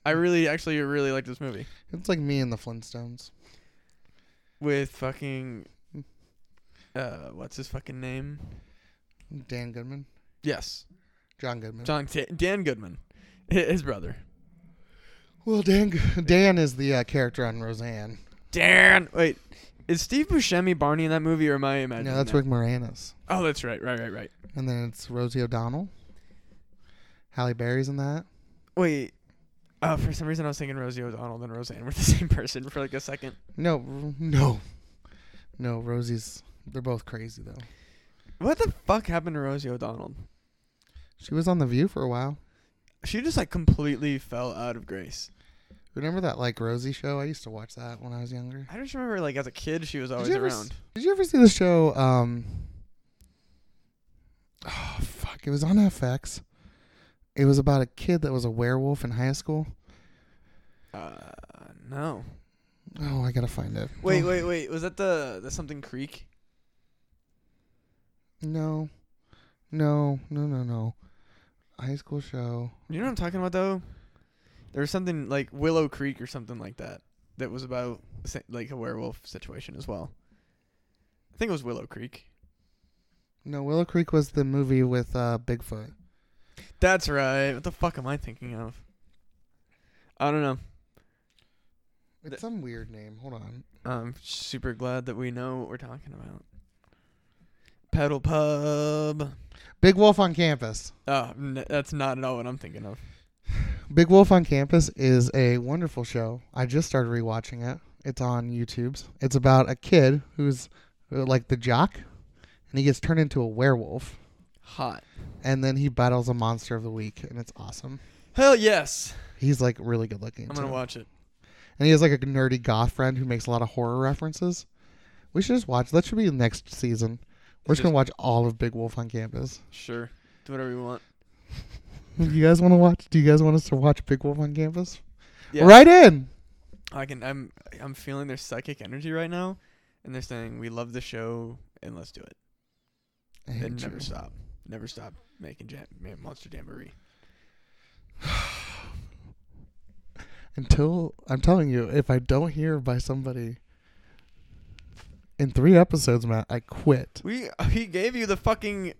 [SPEAKER 2] I really, actually, really like this movie
[SPEAKER 1] It's like me and the Flintstones.
[SPEAKER 2] with fucking, uh, what's his fucking name?
[SPEAKER 1] Dan Goodman.
[SPEAKER 2] Yes,
[SPEAKER 1] John Goodman.
[SPEAKER 2] John Ta Dan Goodman, hi- his brother.
[SPEAKER 1] Well, Dan Go- Dan is the uh, character on Roseanne.
[SPEAKER 2] Dan, wait, is Steve Buscemi Barney in that movie, or am I imagining?
[SPEAKER 1] No, that's
[SPEAKER 2] that?
[SPEAKER 1] Rick Moranis.
[SPEAKER 2] Oh, that's right, right, right, right.
[SPEAKER 1] And then it's Rosie O'Donnell. Halle Berry's in that.
[SPEAKER 2] Wait. Oh, for some reason I was thinking Rosie O'Donnell and Roseanne were the <laughs> same person for like a second.
[SPEAKER 1] No, r- no, no. Rosie's. They're both crazy though.
[SPEAKER 2] What the fuck happened to Rosie O'Donnell?
[SPEAKER 1] She was on The View for a while.
[SPEAKER 2] She just like completely fell out of grace.
[SPEAKER 1] Remember that like Rosie show? I used to watch that when I was younger.
[SPEAKER 2] I just remember like as a kid she was always
[SPEAKER 1] you ever s-
[SPEAKER 2] around.
[SPEAKER 1] Did you ever see the show? Um, <sighs> oh fuck! It was on FX. It was about a kid that was a werewolf in high school.
[SPEAKER 2] Uh, no.
[SPEAKER 1] Oh, I gotta find it.
[SPEAKER 2] Wait,
[SPEAKER 1] Oh,
[SPEAKER 2] wait, wait. Was that the the something Creek?
[SPEAKER 1] No, no, no, no, no. High school show.
[SPEAKER 2] You know what I'm talking about though. There was something like Willow Creek or something like that that was about sa- like a werewolf situation as well. I think it was Willow Creek.
[SPEAKER 1] No, Willow Creek was the movie with uh, Bigfoot.
[SPEAKER 2] That's right. What the fuck am I thinking of? I don't know.
[SPEAKER 1] It's some weird name. Hold on.
[SPEAKER 2] I'm super glad that we know what we're talking about. Pedal Pub.
[SPEAKER 1] Big Wolf on Campus.
[SPEAKER 2] Oh, n- that's not at all what I'm thinking of.
[SPEAKER 1] Big Wolf on Campus is a wonderful show. I just started rewatching it. It's on YouTube's. It's about a kid who's uh, like the jock, and he gets turned into a werewolf,
[SPEAKER 2] Hot.
[SPEAKER 1] and then he battles a monster of the week, and it's awesome.
[SPEAKER 2] Hell yes.
[SPEAKER 1] He's like really good looking.
[SPEAKER 2] I'm gonna
[SPEAKER 1] too.
[SPEAKER 2] watch it.
[SPEAKER 1] And he has like a nerdy goth friend who makes a lot of horror references. We should just watch. That should be next season. We're just
[SPEAKER 2] Just-
[SPEAKER 1] gonna watch all of Big Wolf on Campus. <laughs>
[SPEAKER 2] Sure. Do whatever you want.
[SPEAKER 1] you guys want to watch? Do you guys want us to watch Big Wolf on Campus?
[SPEAKER 2] Yeah.
[SPEAKER 1] Right in.
[SPEAKER 2] I can. I'm. I'm feeling their psychic energy right now, and they're saying we love the show and let's do it.
[SPEAKER 1] I hate
[SPEAKER 2] And never
[SPEAKER 1] you.
[SPEAKER 2] stop. Never stop making jam- man, monster jamboree.
[SPEAKER 1] until I'm telling you, if I don't hear by somebody in three episodes, Matt, I quit.
[SPEAKER 2] We he gave you the fucking.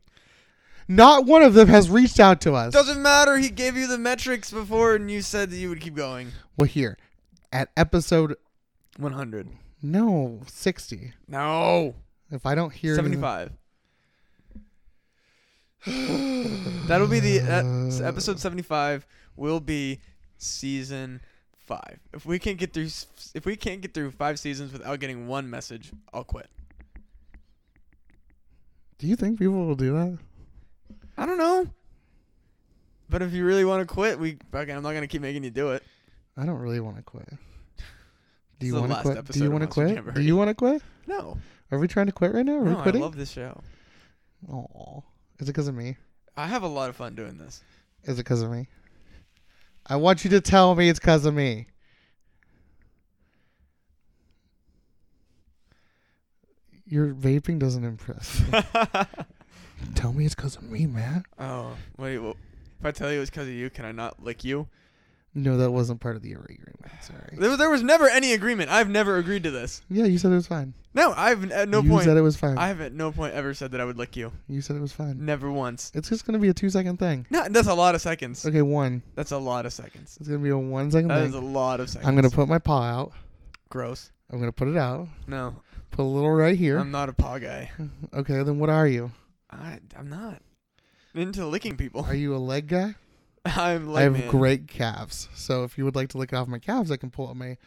[SPEAKER 1] Not one of them has reached out to us.
[SPEAKER 2] Doesn't matter. He gave you the metrics before, and you said that you would keep going.
[SPEAKER 1] well, here at episode
[SPEAKER 2] 100.
[SPEAKER 1] no sixty.
[SPEAKER 2] No.
[SPEAKER 1] If I don't hear
[SPEAKER 2] 75. That'll be the uh, s- episode 75 will be season 5. If we can't get through s- if we can't get through 5 seasons without getting one message, I'll quit.
[SPEAKER 1] do you think people will do that?
[SPEAKER 2] I don't know. But if you really want to quit, we fucking I'm not going to keep making you do it.
[SPEAKER 1] I don't really want to quit. Do
[SPEAKER 2] It's
[SPEAKER 1] you
[SPEAKER 2] the
[SPEAKER 1] want to
[SPEAKER 2] last
[SPEAKER 1] quit? Do
[SPEAKER 2] episode
[SPEAKER 1] you
[SPEAKER 2] of
[SPEAKER 1] want to
[SPEAKER 2] Monster
[SPEAKER 1] quit? Do
[SPEAKER 2] Jamboree.
[SPEAKER 1] you want to quit?
[SPEAKER 2] No.
[SPEAKER 1] Are we trying to quit right now? Are
[SPEAKER 2] No,
[SPEAKER 1] we
[SPEAKER 2] I
[SPEAKER 1] quitting?
[SPEAKER 2] love this show.
[SPEAKER 1] Oh, is it because of me?
[SPEAKER 2] I have a lot of fun doing <laughs> this.
[SPEAKER 1] Is it because of me? I want you to tell me it's because of me. Your vaping doesn't
[SPEAKER 2] <laughs>
[SPEAKER 1] impress. me. tell me it's because of me, Matt.
[SPEAKER 2] oh, wait. Well, if I tell you it's cuz of you, can I not lick you?
[SPEAKER 1] No, that wasn't part of the agreement. Sorry.
[SPEAKER 2] There was, there was never any agreement. I've never agreed to this.
[SPEAKER 1] Yeah, you said it was fine.
[SPEAKER 2] No, I've at no
[SPEAKER 1] you
[SPEAKER 2] point.
[SPEAKER 1] said it was fine.
[SPEAKER 2] I have at no point ever said that I would lick you.
[SPEAKER 1] you said it was fine.
[SPEAKER 2] Never once.
[SPEAKER 1] It's just gonna be a two second thing.
[SPEAKER 2] No, that's a lot of seconds.
[SPEAKER 1] Okay, one.
[SPEAKER 2] That's a lot of seconds.
[SPEAKER 1] It's gonna be a one second
[SPEAKER 2] That is
[SPEAKER 1] thing.
[SPEAKER 2] a lot of seconds.
[SPEAKER 1] I'm gonna put my paw out.
[SPEAKER 2] gross.
[SPEAKER 1] I'm gonna put it out.
[SPEAKER 2] No,
[SPEAKER 1] Put a little right here.
[SPEAKER 2] I'm not a paw guy.
[SPEAKER 1] <laughs> okay, then what are you?
[SPEAKER 2] I, I'm not into licking people. <laughs>
[SPEAKER 1] Are you a leg guy?
[SPEAKER 2] I'm like
[SPEAKER 1] I have great calves. So if you would like to lick off my calves, I can pull up my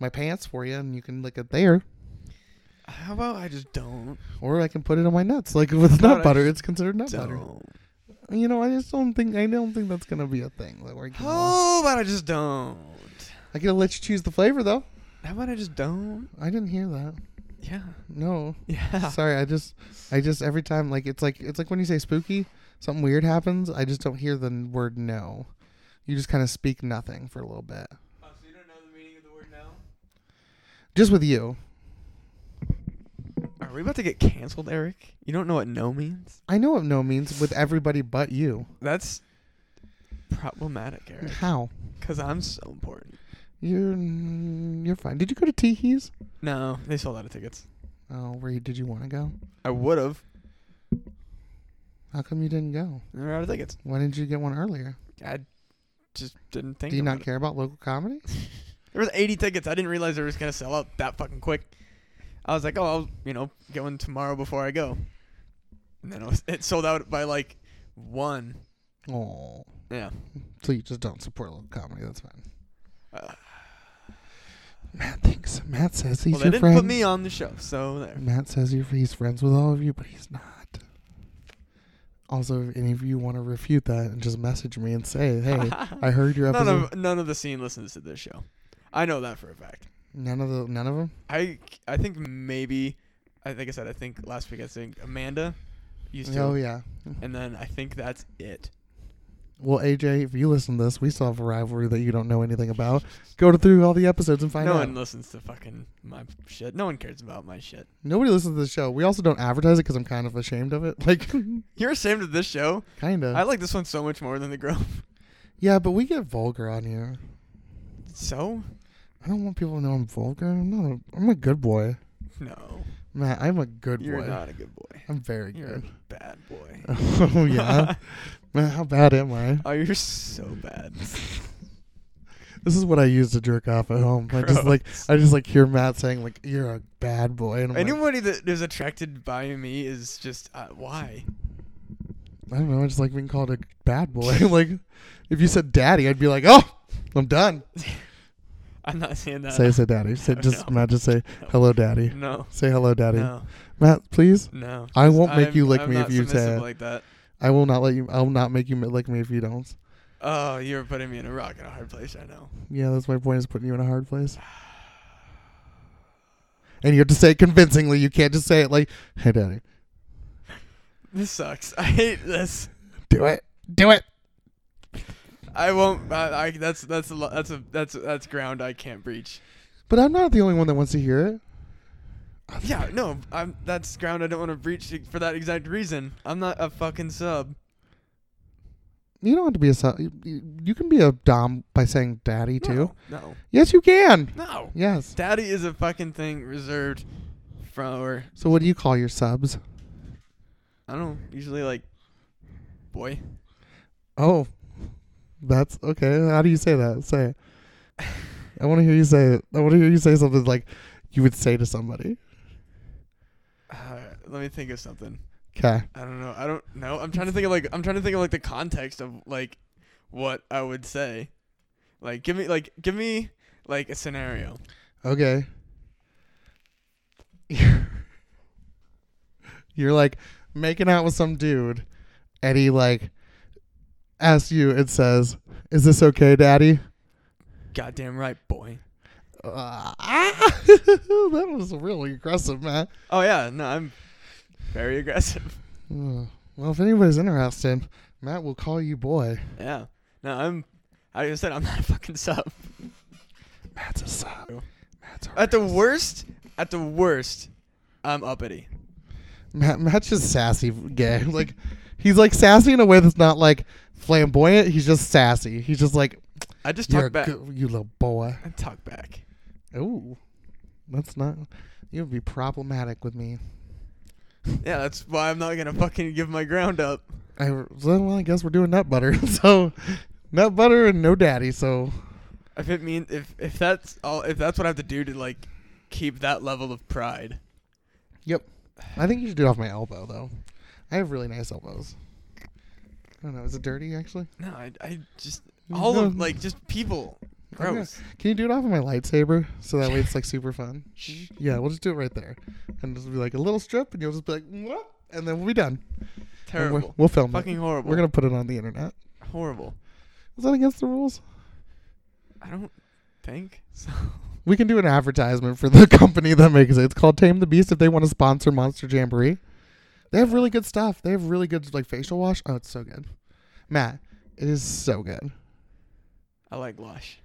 [SPEAKER 1] my pants for you, and you can lick it there,
[SPEAKER 2] How about I just don't?
[SPEAKER 1] or I can put it on my nuts. Like <laughs> with nut
[SPEAKER 2] I
[SPEAKER 1] butter, it's considered nut butter.
[SPEAKER 2] Don't.
[SPEAKER 1] You know, I just don't think I don't think that's gonna be a thing that we're gonna.
[SPEAKER 2] How about I just don't?
[SPEAKER 1] I gotta let you choose the flavor though.
[SPEAKER 2] How about I just don't?
[SPEAKER 1] I didn't hear that.
[SPEAKER 2] Yeah.
[SPEAKER 1] No,
[SPEAKER 2] Yeah.
[SPEAKER 1] sorry. I just, I just every time like it's like it's like when you say spooky, something weird happens. I just don't hear the n- word no. You just kind of speak nothing for a little bit.
[SPEAKER 2] so you don't know the meaning of the word now?
[SPEAKER 1] Just with you,
[SPEAKER 2] Are we about to get canceled, Eric? You don't know what no means?
[SPEAKER 1] I know what no means with everybody but you.
[SPEAKER 2] That's problematic, Eric.
[SPEAKER 1] How?
[SPEAKER 2] Because I'm so important.
[SPEAKER 1] You're mm, you're fine. Did you go to Teehee's?
[SPEAKER 2] No, they sold out of tickets.
[SPEAKER 1] Oh, where you, did you want to go?
[SPEAKER 2] I would have.
[SPEAKER 1] How come you didn't go?
[SPEAKER 2] They're out of tickets.
[SPEAKER 1] Why didn't you get one earlier?
[SPEAKER 2] I just didn't think.
[SPEAKER 1] Do you
[SPEAKER 2] about
[SPEAKER 1] not care about local comedy?
[SPEAKER 2] It. There was 80 tickets. I didn't realize they were just gonna sell out that fucking quick. I was like, oh, I'll you know get one tomorrow before I go. And then it, was, it sold out by like one.
[SPEAKER 1] Oh,
[SPEAKER 2] Yeah.
[SPEAKER 1] so you just don't support local comedy? That's fine.
[SPEAKER 2] Uh,
[SPEAKER 1] Matt thinks. Matt says he's
[SPEAKER 2] well, they
[SPEAKER 1] your
[SPEAKER 2] didn't
[SPEAKER 1] friend.
[SPEAKER 2] put me on the show, so there.
[SPEAKER 1] Matt says he- he's friends with all of you, but he's not. Also, if any of you want to refute that and just message me and
[SPEAKER 2] <laughs>
[SPEAKER 1] say, hey, I heard your
[SPEAKER 2] none
[SPEAKER 1] episode.
[SPEAKER 2] of none of the scene listens to this show. I know that for a fact.
[SPEAKER 1] none of the none of them.
[SPEAKER 2] I I think maybe I think I said I think last week I think Amanda used to,
[SPEAKER 1] Oh yeah.
[SPEAKER 2] and then I think that's it.
[SPEAKER 1] Well, AJ, if you listen to this, we still have a rivalry that you don't know anything about. Go to through all the episodes and find
[SPEAKER 2] no
[SPEAKER 1] out.
[SPEAKER 2] one listens to fucking my shit. No one cares about my shit.
[SPEAKER 1] Nobody listens to the show. We also don't advertise it because I'm kind of ashamed of it. <laughs>
[SPEAKER 2] <laughs>
[SPEAKER 1] Like,
[SPEAKER 2] You're ashamed of this show.
[SPEAKER 1] kind of.
[SPEAKER 2] I like this one so much more than the Grove.
[SPEAKER 1] yeah, but we get vulgar on here.
[SPEAKER 2] <laughs> So
[SPEAKER 1] I don't want people to know I'm vulgar. I'm not. A, I'm a good boy,
[SPEAKER 2] no,
[SPEAKER 1] Matt. I'm a good
[SPEAKER 2] you're
[SPEAKER 1] boy.
[SPEAKER 2] not a good boy.
[SPEAKER 1] I'm very
[SPEAKER 2] You're
[SPEAKER 1] <laughs> good.
[SPEAKER 2] a bad boy.
[SPEAKER 1] oh yeah. Man, how bad am I?
[SPEAKER 2] <laughs> oh, you're so bad.
[SPEAKER 1] This is what I use to jerk off at home. I just like
[SPEAKER 2] Gross.
[SPEAKER 1] I just like hear Matt saying like you're a bad boy, and <laughs> I'm like,
[SPEAKER 2] Anybody that is attracted by me is just uh, why.
[SPEAKER 1] I don't know. I just like being called a bad boy. <laughs> like if you said daddy, I'd be like, oh, I'm done.
[SPEAKER 2] I'm not saying that.
[SPEAKER 1] say say daddy. Say
[SPEAKER 2] no,
[SPEAKER 1] just
[SPEAKER 2] no.
[SPEAKER 1] Matt. Just say hello, daddy.
[SPEAKER 2] <laughs> no,
[SPEAKER 1] Say hello, daddy.
[SPEAKER 2] no,
[SPEAKER 1] Matt, please.
[SPEAKER 2] no.
[SPEAKER 1] I won't make
[SPEAKER 2] I'm-
[SPEAKER 1] you lick
[SPEAKER 2] I'm
[SPEAKER 1] me
[SPEAKER 2] not
[SPEAKER 1] if you
[SPEAKER 2] submissive
[SPEAKER 1] say.
[SPEAKER 2] like that.
[SPEAKER 1] I will not let you. I will not make you lick me if you don't.
[SPEAKER 2] Oh, you're putting me in a rock in a hard place. I
[SPEAKER 1] <sighs>
[SPEAKER 2] <sighs> know.
[SPEAKER 1] Yeah, that's my point. Is putting you in a hard place. And you have to say it convincingly. You can't just say it like, "Hey, daddy."
[SPEAKER 2] This sucks. I hate this.
[SPEAKER 1] Do it. Do it.
[SPEAKER 2] I won't. I, I that's that's a lo- that's a that's that's ground I can't breach.
[SPEAKER 1] But I'm not the only one that wants to hear it.
[SPEAKER 2] Yeah, no, I'm that's ground I don't want to breach for that exact reason. I'm not a fucking sub.
[SPEAKER 1] You don't have to be a sub. You, you- you can be a dom by saying daddy too.
[SPEAKER 2] No,
[SPEAKER 1] Yes, you can.
[SPEAKER 2] no, no.
[SPEAKER 1] Yes.
[SPEAKER 2] Daddy is a fucking thing reserved for.
[SPEAKER 1] So what do you call your subs?
[SPEAKER 2] I don't know, usually like boy.
[SPEAKER 1] Oh, that's okay. How do you say that? Say it. <sighs> I want to hear you say it. I want to hear you say something like you would say to somebody.
[SPEAKER 2] Uh, let me think of something.
[SPEAKER 1] Okay.
[SPEAKER 2] I don't know. I don't know. I'm trying to think of like I'm trying to think of like the context of like what I would say. Like give me like give me like a scenario.
[SPEAKER 1] Okay. You're like making out with some dude, and he like asks you and says, "Is this okay, daddy?" <laughs>
[SPEAKER 2] Goddamn right, boy.
[SPEAKER 1] Uh, that was really aggressive, man.
[SPEAKER 2] Oh yeah, no, I'm very aggressive. <laughs>
[SPEAKER 1] Ugh. Well, if anybody's interested, Matt will call you boy.
[SPEAKER 2] Yeah. No, I'm like I said I'm not a fucking sub.
[SPEAKER 1] Matt's a sub. Matt's a
[SPEAKER 2] At the worst, at the worst, I'm uppity.
[SPEAKER 1] Matt, Matt's just sassy gay. Like he's like sassy in a way that's not like flamboyant. He's just sassy. He's just like,
[SPEAKER 2] I just
[SPEAKER 1] You're a
[SPEAKER 2] talk back.
[SPEAKER 1] good- you little boy.
[SPEAKER 2] I talk back.
[SPEAKER 1] Ooh, that's not. You'd be problematic with me.
[SPEAKER 2] Yeah, that's why I'm not gonna fucking give my ground up.
[SPEAKER 1] I well, I guess we're doing nut butter. <laughs> So, nut butter and no daddy. So,
[SPEAKER 2] If it mean if if that's all if that's what I have to do to like keep that level of pride.
[SPEAKER 1] yep. I think you should do it off my elbow though. I have really nice elbows. I don't know. Is it dirty actually?
[SPEAKER 2] No, I, I just all of
[SPEAKER 1] No.
[SPEAKER 2] like just people. Gross.
[SPEAKER 1] Can you do it off of my lightsaber so that way it's like super fun? Yeah, we'll just do it right there, and just be like a little strip, and you'll just be like, "Mwah," and then we'll be done. And we're-
[SPEAKER 2] Terrible.
[SPEAKER 1] We'll film
[SPEAKER 2] Fucking
[SPEAKER 1] it.
[SPEAKER 2] horrible.
[SPEAKER 1] We're gonna put it on the internet.
[SPEAKER 2] horrible.
[SPEAKER 1] Is that against the rules?
[SPEAKER 2] I don't think so.
[SPEAKER 1] We can do an advertisement for the <laughs> company that makes it. It's called Tame the Beast. If they want to sponsor Monster Jamboree, they have really good stuff. They have really good like facial wash. Oh, it's so good, Matt. It is so good.
[SPEAKER 2] I like Lush.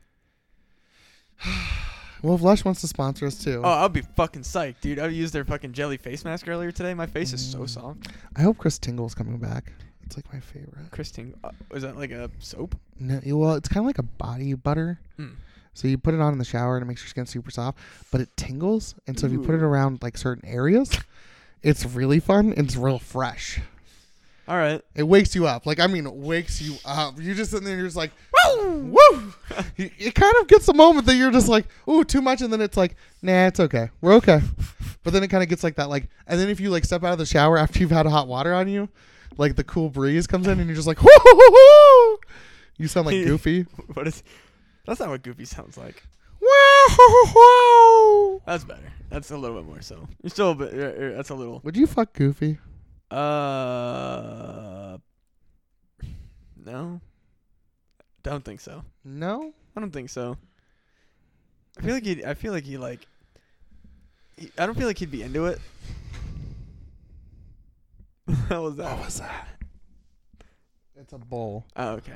[SPEAKER 1] Well, if Lush wants to sponsor us too,
[SPEAKER 2] Oh, I'll be fucking psyched, dude. I used their fucking jelly face mask earlier today. My face is so
[SPEAKER 1] Mm.
[SPEAKER 2] soft.
[SPEAKER 1] I hope Chris Tingle's coming back. It's like my favorite.
[SPEAKER 2] Christine, uh, was that like a soap?
[SPEAKER 1] No, well, it's kind of like a body butter.
[SPEAKER 2] Mm.
[SPEAKER 1] So you put it on in the shower and it makes your skin super soft, but it tingles. And so if you put it
[SPEAKER 2] Ooh.
[SPEAKER 1] around like certain areas, it's really fun and it's real fresh.
[SPEAKER 2] All right.
[SPEAKER 1] It wakes you up. Like I mean, it wakes you up. You're just sitting there, and you're just like, woo, <laughs> woo. You- it kind of gets a moment that you're just like, ooh, too much, and then it's like, nah, it's okay, we're okay. But then it kind of gets like that, like, and then if you like step out of the shower after you've had hot water on you, like the cool breeze comes in, and you're just like, <laughs> whoo, hoo, hoo, hoo. You sound
[SPEAKER 2] <laughs>
[SPEAKER 1] like Goofy.
[SPEAKER 2] What is? That's not what Goofy sounds like.
[SPEAKER 1] Wow, hoo, hoo, hoo.
[SPEAKER 2] That's better. That's a little bit more so. You're still a bit. er, er, That's a little.
[SPEAKER 1] Would you fuck Goofy?
[SPEAKER 2] Uh. No. Don't think so.
[SPEAKER 1] No.
[SPEAKER 2] I don't think so. I feel like he. I feel like he like. He, I don't feel like he'd be into it. <laughs> How was that?
[SPEAKER 1] was that? It's a bowl.
[SPEAKER 2] Oh, okay.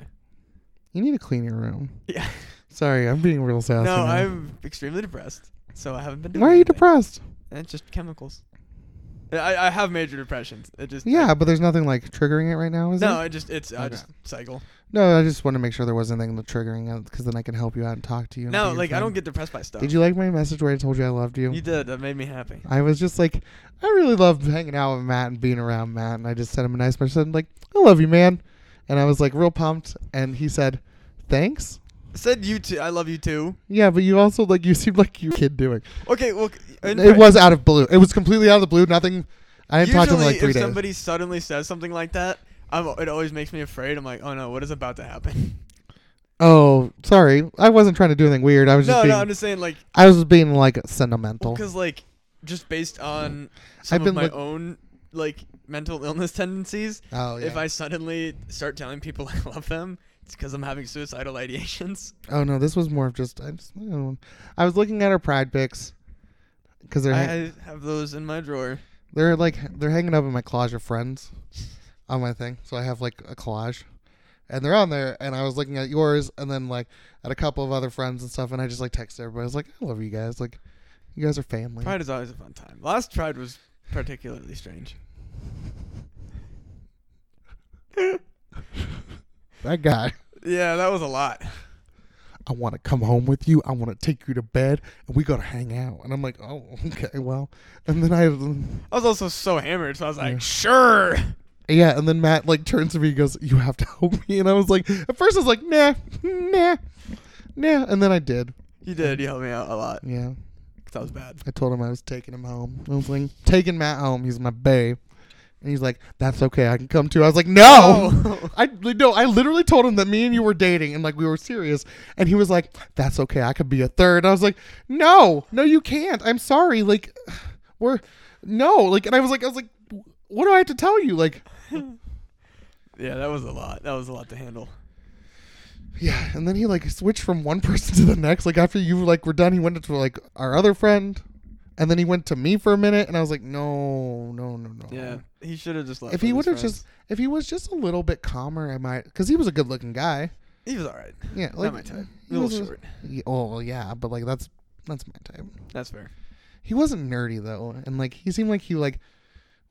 [SPEAKER 1] You need to clean your room.
[SPEAKER 2] Yeah.
[SPEAKER 1] Sorry, I'm being real sassy.
[SPEAKER 2] No,
[SPEAKER 1] now.
[SPEAKER 2] I'm extremely depressed, so I haven't been doing.
[SPEAKER 1] Why are you
[SPEAKER 2] anything.
[SPEAKER 1] depressed?
[SPEAKER 2] It's just chemicals. Eh, I I have major depressions. It just
[SPEAKER 1] Yeah, but there's nothing like triggering it right now, is
[SPEAKER 2] no,
[SPEAKER 1] there?
[SPEAKER 2] it just it's I
[SPEAKER 1] Okay.
[SPEAKER 2] just cycle.
[SPEAKER 1] No, I just want to make sure there wasn't anything triggering it because then I can help you out and talk to you. and be
[SPEAKER 2] No,
[SPEAKER 1] your
[SPEAKER 2] like I don't
[SPEAKER 1] friend.
[SPEAKER 2] get depressed by stuff.
[SPEAKER 1] Did you like my message where I told you I loved you?
[SPEAKER 2] You did. That made me happy.
[SPEAKER 1] I was just like, I really love hanging out with Matt and being around Matt, and I just sent him a nice message like, I love you, man, and I was like real pumped, and he said, thanks.
[SPEAKER 2] Said you too. I love you too.
[SPEAKER 1] Yeah, but you also like you <laughs> seemed like your kid doing.
[SPEAKER 2] Okay, well, c- in
[SPEAKER 1] it
[SPEAKER 2] fact,
[SPEAKER 1] was out of blue. It was completely out of the blue. Nothing. I didn't talk to him in
[SPEAKER 2] usually
[SPEAKER 1] like three
[SPEAKER 2] if
[SPEAKER 1] days.
[SPEAKER 2] somebody suddenly says something like that, I'm, it always makes me afraid. I'm like, oh no, what is about
[SPEAKER 1] <laughs>
[SPEAKER 2] to happen?
[SPEAKER 1] oh, sorry. I wasn't trying to do anything weird. I was just
[SPEAKER 2] no,
[SPEAKER 1] being.
[SPEAKER 2] no, I'm just saying like
[SPEAKER 1] I was being like sentimental.
[SPEAKER 2] because like just based on some
[SPEAKER 1] been
[SPEAKER 2] of my
[SPEAKER 1] look-
[SPEAKER 2] own like mental illness tendencies,
[SPEAKER 1] oh yeah.
[SPEAKER 2] if I suddenly start telling people <laughs> I love them, it's because I'm having suicidal ideations.
[SPEAKER 1] oh no, this was more of just. I just. I, don't know. I was looking at our pride pics because <laughs> they're Oh, hang-
[SPEAKER 2] I have those in my drawer.
[SPEAKER 1] they're like they're hanging up in my collage of friends on my thing. So I have like a collage, and they're on there. And I was looking at yours, and then like at a couple of other friends and stuff. And I just like texted everybody. I was like, I love you guys. Like, you guys are family.
[SPEAKER 2] Pride is always a fun time. Last Pride was particularly strange.
[SPEAKER 1] That guy.
[SPEAKER 2] Yeah, that was a lot.
[SPEAKER 1] I want to come home with you. I want to take you to bed, and we gotta hang out. And I'm like, oh, <laughs> okay, well. And then I,
[SPEAKER 2] I was also so hammered, so I was like,
[SPEAKER 1] Yeah.
[SPEAKER 2] sure.
[SPEAKER 1] yeah. And then Matt like turns to me, and goes, "You have to <laughs> help me." And I was like, at first I was like, nah, nah, nah. And then I did.
[SPEAKER 2] You did. You helped me out a lot.
[SPEAKER 1] Yeah,
[SPEAKER 2] That was bad.
[SPEAKER 1] I told him I was taking him home. I was like, taking Matt home. He's my babe. And he's like, that's okay. I can come too. I was like, no.
[SPEAKER 2] Oh.
[SPEAKER 1] <laughs> I no, I literally told him that me and you were dating and like we were serious, and he was like, "That's okay, I could be a third. I was like, "No, no, you can't. I'm sorry. Like, <sighs> we're no, like." And I was like, "I was like, what do I have to tell you? Like,
[SPEAKER 2] Yeah, that was a lot. That was a lot to handle.
[SPEAKER 1] yeah." And then he like switched from one <laughs> person to the next. Like after you like were done, he went to like our other friend, and then he went to me for a minute, and I was like, "No, no, no, no."
[SPEAKER 2] Yeah, Oh, he should have just left.
[SPEAKER 1] If he
[SPEAKER 2] with
[SPEAKER 1] would
[SPEAKER 2] his
[SPEAKER 1] have just,
[SPEAKER 2] friends.
[SPEAKER 1] if he was just a little bit calmer, I might, because he was a good-looking guy.
[SPEAKER 2] he was all right.
[SPEAKER 1] Yeah,
[SPEAKER 2] Not my type. A little short.
[SPEAKER 1] Yeah, oh well, yeah, but like that's that's my type.
[SPEAKER 2] That's fair.
[SPEAKER 1] He wasn't nerdy though, and like he seemed like he like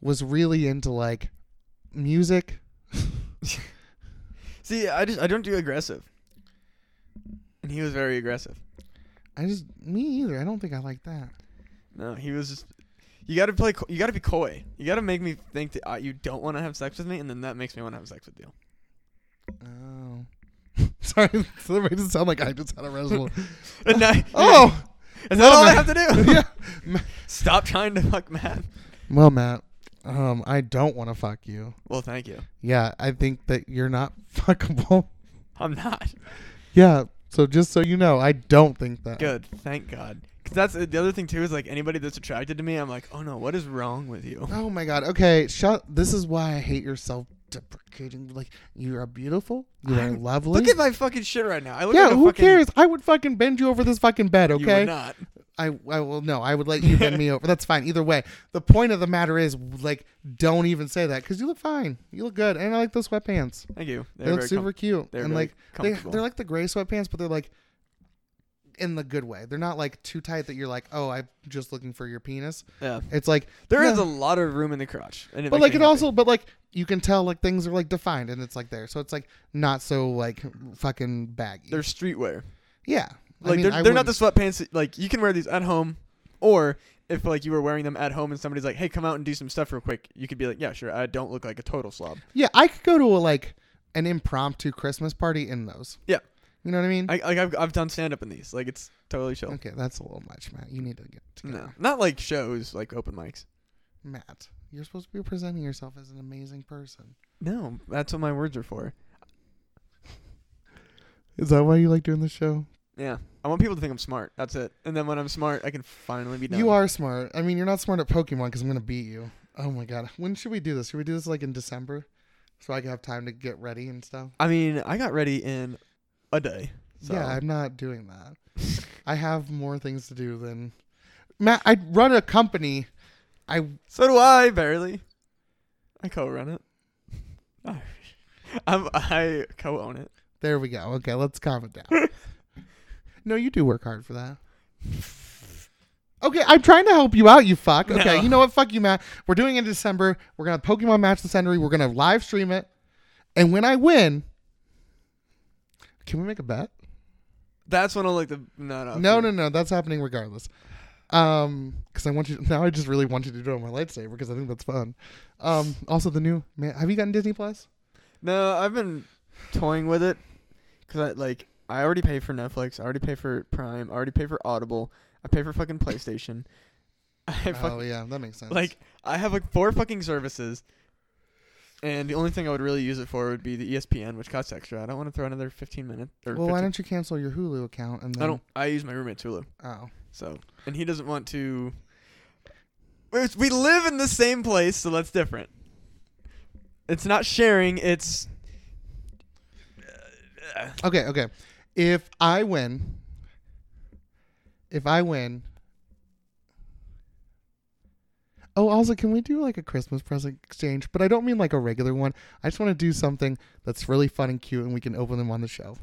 [SPEAKER 1] was really into like music.
[SPEAKER 2] See, I just I don't do aggressive. and he was very aggressive.
[SPEAKER 1] I just me either. I don't think I like that.
[SPEAKER 2] No, he was just. You gotta play. co- You gotta be coy. You gotta make me think that uh, you don't want to have sex with me, and then that makes me want to have sex with you. <laughs>
[SPEAKER 1] Oh. <laughs> Sorry, <laughs> so that made it sound like I just had a
[SPEAKER 2] <laughs>
[SPEAKER 1] resolute.
[SPEAKER 2] And now,
[SPEAKER 1] <laughs>
[SPEAKER 2] <laughs>
[SPEAKER 1] oh,
[SPEAKER 2] is that all I
[SPEAKER 1] man.
[SPEAKER 2] have to
[SPEAKER 1] <laughs>
[SPEAKER 2] do?
[SPEAKER 1] yeah.
[SPEAKER 2] Stop trying to fuck Matt.
[SPEAKER 1] Well, Matt, um, I don't want to fuck you.
[SPEAKER 2] Well, thank you.
[SPEAKER 1] Yeah, I think that you're not <laughs> fuckable.
[SPEAKER 2] I'm not
[SPEAKER 1] <laughs> Yeah. So just so you know, I don't think that.
[SPEAKER 2] good. Thank God. Cause that's uh, the other thing too is like anybody that's attracted to me, I'm like, oh no, what is wrong with you?
[SPEAKER 1] Oh my god. Okay, shut. This is why I hate yourself deprecating. Like you are beautiful. You are
[SPEAKER 2] I'm-
[SPEAKER 1] lovely.
[SPEAKER 2] Look at my fucking shit right now. I look
[SPEAKER 1] yeah,
[SPEAKER 2] like a
[SPEAKER 1] who
[SPEAKER 2] fucking,
[SPEAKER 1] cares? I would fucking bend you over this fucking bed,
[SPEAKER 2] You
[SPEAKER 1] okay?
[SPEAKER 2] would not.
[SPEAKER 1] I I will no, I would let you bend
[SPEAKER 2] <laughs>
[SPEAKER 1] me over. That's fine. Either way, the point of the matter is like don't even say that because you look fine. You look good, and I like the sweatpants.
[SPEAKER 2] Thank you.
[SPEAKER 1] They
[SPEAKER 2] They're
[SPEAKER 1] look
[SPEAKER 2] very
[SPEAKER 1] super
[SPEAKER 2] com-
[SPEAKER 1] cute.
[SPEAKER 2] they're
[SPEAKER 1] and
[SPEAKER 2] very
[SPEAKER 1] like they
[SPEAKER 2] comfortable.
[SPEAKER 1] they're like the gray sweatpants, but they're like in the good way. They're not like too tight that you're like, oh, I'm just looking for your penis.
[SPEAKER 2] yeah.
[SPEAKER 1] It's like
[SPEAKER 2] There is
[SPEAKER 1] yeah.
[SPEAKER 2] a lot of room in the crotch, and it
[SPEAKER 1] but
[SPEAKER 2] makes
[SPEAKER 1] like
[SPEAKER 2] me
[SPEAKER 1] it
[SPEAKER 2] happy.
[SPEAKER 1] also but like you can tell like things are like defined and it's like there so it's like not so like fucking baggy
[SPEAKER 2] they're streetwear.
[SPEAKER 1] yeah I
[SPEAKER 2] Like
[SPEAKER 1] mean,
[SPEAKER 2] they're,
[SPEAKER 1] I
[SPEAKER 2] they're not the
[SPEAKER 1] wouldn't-
[SPEAKER 2] sweatpants. that- Like you can wear these at home, or if like you were wearing them at home and somebody's like, "Hey, come out and do some stuff real quick," you could be like, "Yeah, sure. I don't look like a total slob."
[SPEAKER 1] yeah i could go to a like an impromptu christmas party in those
[SPEAKER 2] Yeah.
[SPEAKER 1] you know what i mean
[SPEAKER 2] I like I've I've done stand up in these. Like it's totally chill.
[SPEAKER 1] okay that's a little much matt you need to get together.
[SPEAKER 2] No, not like shows, like open mics.
[SPEAKER 1] matt you're supposed to be presenting yourself as an amazing person
[SPEAKER 2] No, that's what my words are for.
[SPEAKER 1] is that why you like doing the show
[SPEAKER 2] Yeah, I want people to think I'm smart. That's it. And then when I'm smart, I can finally be done.
[SPEAKER 1] you are smart i mean you're not smart at pokemon because i'm gonna beat you oh my god when should we do this should we do this like in december so i can have time to get ready and stuff
[SPEAKER 2] I mean, I got ready in a day. So.
[SPEAKER 1] Yeah, I'm not doing that. I have more things to do than Matt. I run a company. I
[SPEAKER 2] So do I, barely. I co-run it. <laughs> I'm, I co-own it.
[SPEAKER 1] there we go. Okay, let's calm it
[SPEAKER 2] <laughs>
[SPEAKER 1] down. no, you do work hard for that. Okay, I'm trying to help you out, you fuck. Okay,
[SPEAKER 2] No.
[SPEAKER 1] you know what? Fuck you, Matt. We're doing it in December. We're gonna Pokemon Match the Century. We're gonna live stream it. And when I win, can we make a bet?
[SPEAKER 2] That's when I like the no no
[SPEAKER 1] No, no, no. That's happening regardless. Um, because I want you now. I just really want you to do it on my lightsaber because I think that's fun. Um, also the new man. Have you gotten Disney Plus?
[SPEAKER 2] no. I've been toying with it because I like I already pay for Netflix. I already pay for Prime. I already pay for Audible. I pay for fucking PlayStation. <laughs> I fuck,
[SPEAKER 1] Oh yeah, that makes sense.
[SPEAKER 2] like I have like four fucking services, and the only thing I would really use it for would be the E ESPN, which costs extra. I don't want to throw another fifteen minutes. Or
[SPEAKER 1] well, why
[SPEAKER 2] 15
[SPEAKER 1] don't you cancel your Hulu account and then?
[SPEAKER 2] I don't. I use my roommate Tulu.
[SPEAKER 1] Oh,
[SPEAKER 2] So, and he doesn't want to. It's- We live in the same place, so that's different. It's not sharing. It's
[SPEAKER 1] okay, okay. If I win, if I win. Oh, also, can we do like a Christmas present exchange? But I don't mean like a regular one. I just want to do something that's really fun and cute, and we can open them on the show.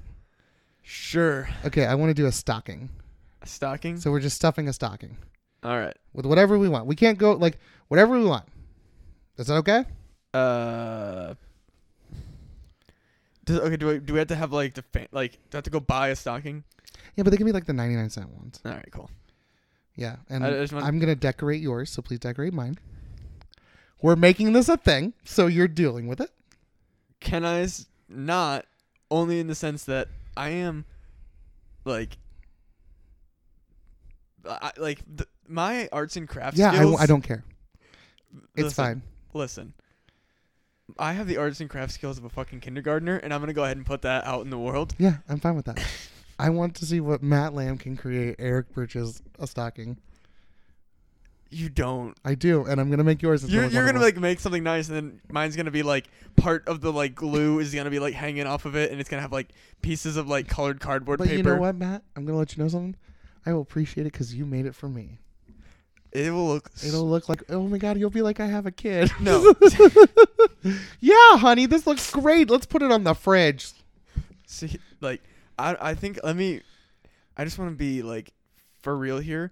[SPEAKER 2] sure
[SPEAKER 1] Okay, I want to do a stocking.
[SPEAKER 2] a stocking.
[SPEAKER 1] So we're just stuffing a stocking
[SPEAKER 2] All right.
[SPEAKER 1] with whatever we want. We can't go like whatever we want. Is that okay?
[SPEAKER 2] Uh. Does, okay. Do I, do we have to have like the fa- like do I have to go buy a stocking?
[SPEAKER 1] Yeah, but they can be like the 99 cent ones.
[SPEAKER 2] All right. Cool.
[SPEAKER 1] Yeah. And
[SPEAKER 2] I just want-
[SPEAKER 1] I'm going to decorate yours, so please decorate mine. We're making this a thing, so you're dealing with it.
[SPEAKER 2] Can I s- not only in the sense that I am like I, like th- my arts and crafts
[SPEAKER 1] yeah, I w-
[SPEAKER 2] skills
[SPEAKER 1] I, don't care. It's
[SPEAKER 2] Listen.
[SPEAKER 1] fine.
[SPEAKER 2] Listen, I have the arts and crafts skills of a fucking kindergartner, and I'm gonna go ahead and put that out in the world.
[SPEAKER 1] Yeah, I'm fine with that. I want to see what Matt Lamb can create. Eric purchase a stocking.
[SPEAKER 2] You don't.
[SPEAKER 1] I do, and I'm going to make yours. into
[SPEAKER 2] You're,
[SPEAKER 1] one
[SPEAKER 2] you're
[SPEAKER 1] of
[SPEAKER 2] gonna
[SPEAKER 1] my-
[SPEAKER 2] like make something nice, and then mine's gonna be like part of the like glue is gonna be like hanging off of it, and it's gonna have like pieces of like colored cardboard
[SPEAKER 1] But
[SPEAKER 2] paper.
[SPEAKER 1] you know what, Matt? I'm going to let you know something. I will appreciate it because you made it for me.
[SPEAKER 2] It will look. s-
[SPEAKER 1] It'll look like, oh my god, you'll be like, I have a kid. <laughs>
[SPEAKER 2] no. <laughs>
[SPEAKER 1] yeah, honey, this looks great. Let's put it on the fridge.
[SPEAKER 2] See, like I I think let me. I just want to be like for real here.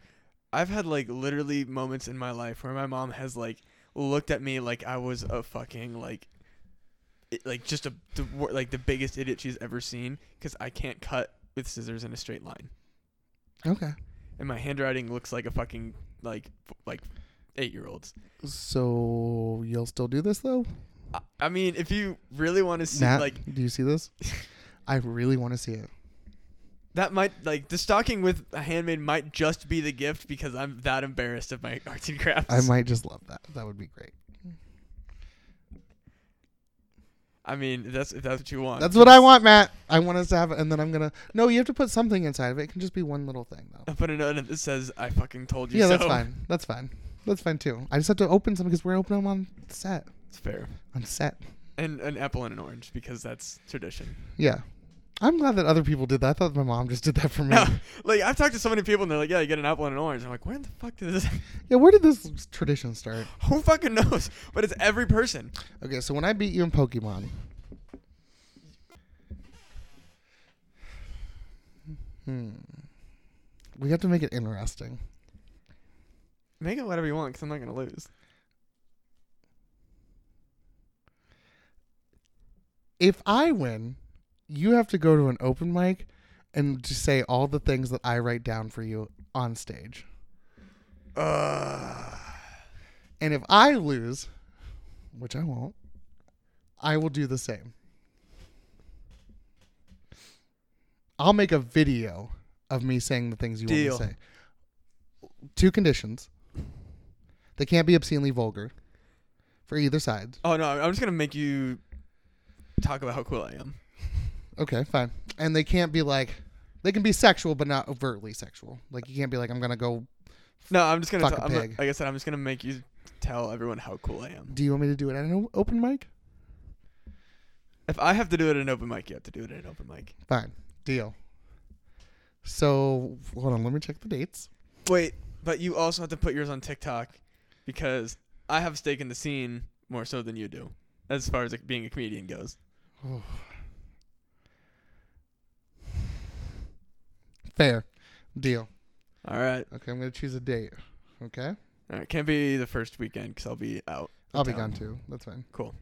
[SPEAKER 2] I've had like literally moments in my life where my mom has like looked at me like I was a fucking like it, like just a the, wor- like the biggest idiot she's ever seen because I can't cut with scissors in a straight line,
[SPEAKER 1] Okay.
[SPEAKER 2] and my handwriting looks like a fucking like like eight year olds.
[SPEAKER 1] So you'll still do this though?
[SPEAKER 2] I, I mean, if you really want to see
[SPEAKER 1] Nat,
[SPEAKER 2] like
[SPEAKER 1] do you see
[SPEAKER 2] <laughs>
[SPEAKER 1] this? I really want to see it.
[SPEAKER 2] that might like the stocking with a handmade might just be the gift because I'm that embarrassed of my <laughs> arts and crafts.
[SPEAKER 1] I might just love that. That would be great.
[SPEAKER 2] I mean, if that's if that's what you want.
[SPEAKER 1] That's what I want, Matt. I want us to have it, and then I'm gonna. No, you have to put something inside of it. It can just be one little thing, though.
[SPEAKER 2] I put a note in it that says I fucking told you
[SPEAKER 1] Yeah,
[SPEAKER 2] Oh, so.
[SPEAKER 1] that's fine. That's fine. That's fine too. I just have to open some because we're opening them on set.
[SPEAKER 2] It's fair.
[SPEAKER 1] On set.
[SPEAKER 2] And an apple and an orange because that's tradition.
[SPEAKER 1] Yeah. I'm glad that other people did that. I thought my mom just did that for me.
[SPEAKER 2] No, <laughs> like I've talked to so many people and they're like, "Yeah, you get an apple and an orange." I'm like, "Where the fuck did this? <laughs>
[SPEAKER 1] Yeah, where did this tradition start?
[SPEAKER 2] Who fucking knows?" But it's every person.
[SPEAKER 1] Okay, so when I beat you in Pokemon. Hmm. We have to make it interesting.
[SPEAKER 2] Make it whatever you want because I'm not gonna lose.
[SPEAKER 1] If I win, you have to go to an open mic and just say all the things that I write down for you on stage.
[SPEAKER 2] Uh,
[SPEAKER 1] And if I lose, which I won't, I will do the same. I'll make a video of me saying the things you
[SPEAKER 2] Deal.
[SPEAKER 1] want me to say. Two conditions. They can't be obscenely vulgar for either side.
[SPEAKER 2] oh no, I'm just gonna make you talk about how cool I am.
[SPEAKER 1] Okay, fine. And they can't be like they can be sexual but not overtly sexual. Like you can't be like I'm going to go
[SPEAKER 2] No, I'm just gonna.
[SPEAKER 1] Fuck
[SPEAKER 2] tell-
[SPEAKER 1] a
[SPEAKER 2] I'm not-
[SPEAKER 1] pig.
[SPEAKER 2] like I said, I'm just gonna make you tell everyone how cool I am.
[SPEAKER 1] do you want me to do it at an o- open mic?
[SPEAKER 2] If I have to do it at an open mic, you have to do it at an open mic.
[SPEAKER 1] Fine. Deal. So, hold on, let me check the dates.
[SPEAKER 2] Wait, but you also have to put yours on TikTok because I have a stake in the scene more so than you do, as far as like, being a comedian goes.
[SPEAKER 1] Fair. Deal.
[SPEAKER 2] All right,
[SPEAKER 1] Okay, I'm going to choose a date. Okay?
[SPEAKER 2] all right. Can't be the first weekend because I'll be out.
[SPEAKER 1] I'll be gone
[SPEAKER 2] Town.
[SPEAKER 1] too. That's fine.
[SPEAKER 2] Cool.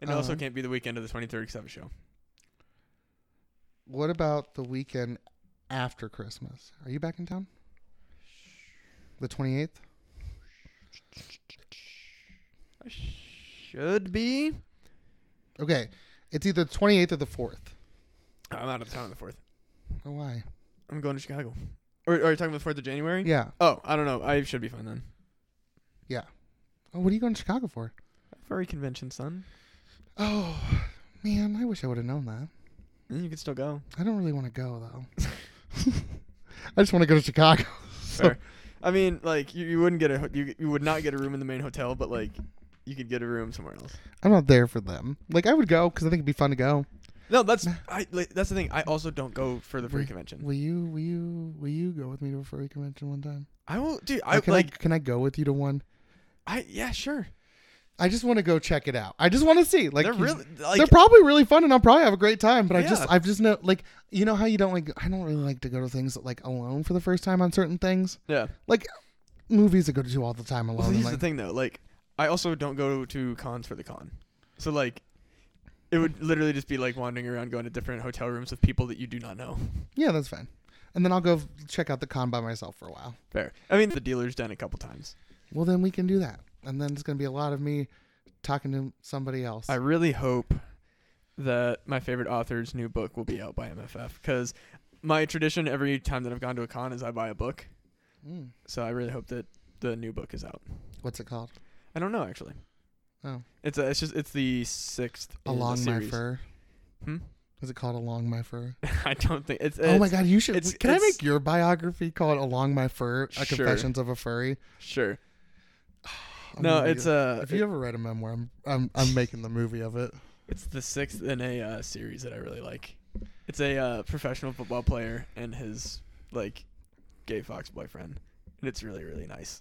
[SPEAKER 2] And it also
[SPEAKER 1] Uh-huh.
[SPEAKER 2] can't be the weekend of the 23rd because I have a show.
[SPEAKER 1] What about the weekend after Christmas? Are you back in town? The 28th?
[SPEAKER 2] I should be.
[SPEAKER 1] Okay. It's either 28th or the 4th.
[SPEAKER 2] I'm out of town on the fourth.
[SPEAKER 1] Oh, why?
[SPEAKER 2] I'm going to Chicago. Or are you talking about the fourth of January?
[SPEAKER 1] Yeah.
[SPEAKER 2] Oh, I don't know. I should be fine then.
[SPEAKER 1] Oh, what are you going to Chicago for?
[SPEAKER 2] Furry convention, son.
[SPEAKER 1] Oh, man, I wish I would have known that.
[SPEAKER 2] Mm, You can still go.
[SPEAKER 1] I don't really want to go, though. <laughs> I just want to go to Chicago. So-
[SPEAKER 2] Fair. I mean, like you, you wouldn't get a ho- you you would not get a room in the main hotel, but like you could get a room somewhere else.
[SPEAKER 1] I'm not there for them. Like I would go because I think it'd be fun to go.
[SPEAKER 2] No, that's I like, that's the thing. I also don't go for the free
[SPEAKER 1] Wait,
[SPEAKER 2] convention.
[SPEAKER 1] Will you? Will you? Will you go with me to a furry convention one time?
[SPEAKER 2] I will, dude. I
[SPEAKER 1] can
[SPEAKER 2] like
[SPEAKER 1] I can I go with you to one?
[SPEAKER 2] I yeah, sure.
[SPEAKER 1] I just want to go check it out. I just want to see. Like
[SPEAKER 2] they're
[SPEAKER 1] you-
[SPEAKER 2] really like
[SPEAKER 1] they're probably really fun, and I'll probably have a great time. But I just
[SPEAKER 2] Yeah.
[SPEAKER 1] I've just know like you know how you don't like I don't really like to go to things like alone for the first time on certain things.
[SPEAKER 2] yeah.
[SPEAKER 1] Movies I go to all the time alone.
[SPEAKER 2] Well,
[SPEAKER 1] and,
[SPEAKER 2] here's
[SPEAKER 1] like,
[SPEAKER 2] the thing though. Like I also don't go to cons for the con, so like it would literally just be like wandering around going to different hotel rooms with people that you do not know.
[SPEAKER 1] yeah, that's fine. And then I'll go check out the con by myself for a while.
[SPEAKER 2] Fair. I mean, the dealer's done a couple times.
[SPEAKER 1] Well, then we can do that. And then it's gonna be a lot of me talking to somebody else.
[SPEAKER 2] I really hope that my favorite author's new book will be out by MFF because my tradition every time that I've gone to a con is I buy a book.
[SPEAKER 1] Mm.
[SPEAKER 2] So I really hope that the new book is out.
[SPEAKER 1] What's it called?
[SPEAKER 2] I don't know actually.
[SPEAKER 1] Oh.
[SPEAKER 2] It's a, it's just it's the sixth in the
[SPEAKER 1] Along my
[SPEAKER 2] series.
[SPEAKER 1] fur.
[SPEAKER 2] Hmm? <laughs>
[SPEAKER 1] Is it called Along My Fur?
[SPEAKER 2] I don't think it's.
[SPEAKER 1] oh my
[SPEAKER 2] it's-
[SPEAKER 1] god, you should.
[SPEAKER 2] it's-
[SPEAKER 1] can I
[SPEAKER 2] it's-
[SPEAKER 1] make your biography called Along My Fur: A
[SPEAKER 2] Sure.
[SPEAKER 1] Confessions of a Furry?
[SPEAKER 2] Sure.
[SPEAKER 1] I'm
[SPEAKER 2] no,
[SPEAKER 1] gonna make
[SPEAKER 2] it's uh,
[SPEAKER 1] it.
[SPEAKER 2] a.
[SPEAKER 1] Oh If you ever read a memoir, I'm I'm,
[SPEAKER 2] <laughs>
[SPEAKER 1] I'm making the movie of it.
[SPEAKER 2] It's the sixth in a uh, series that I really like. It's a uh, professional football player and his like gay fox boyfriend, and it's really really nice.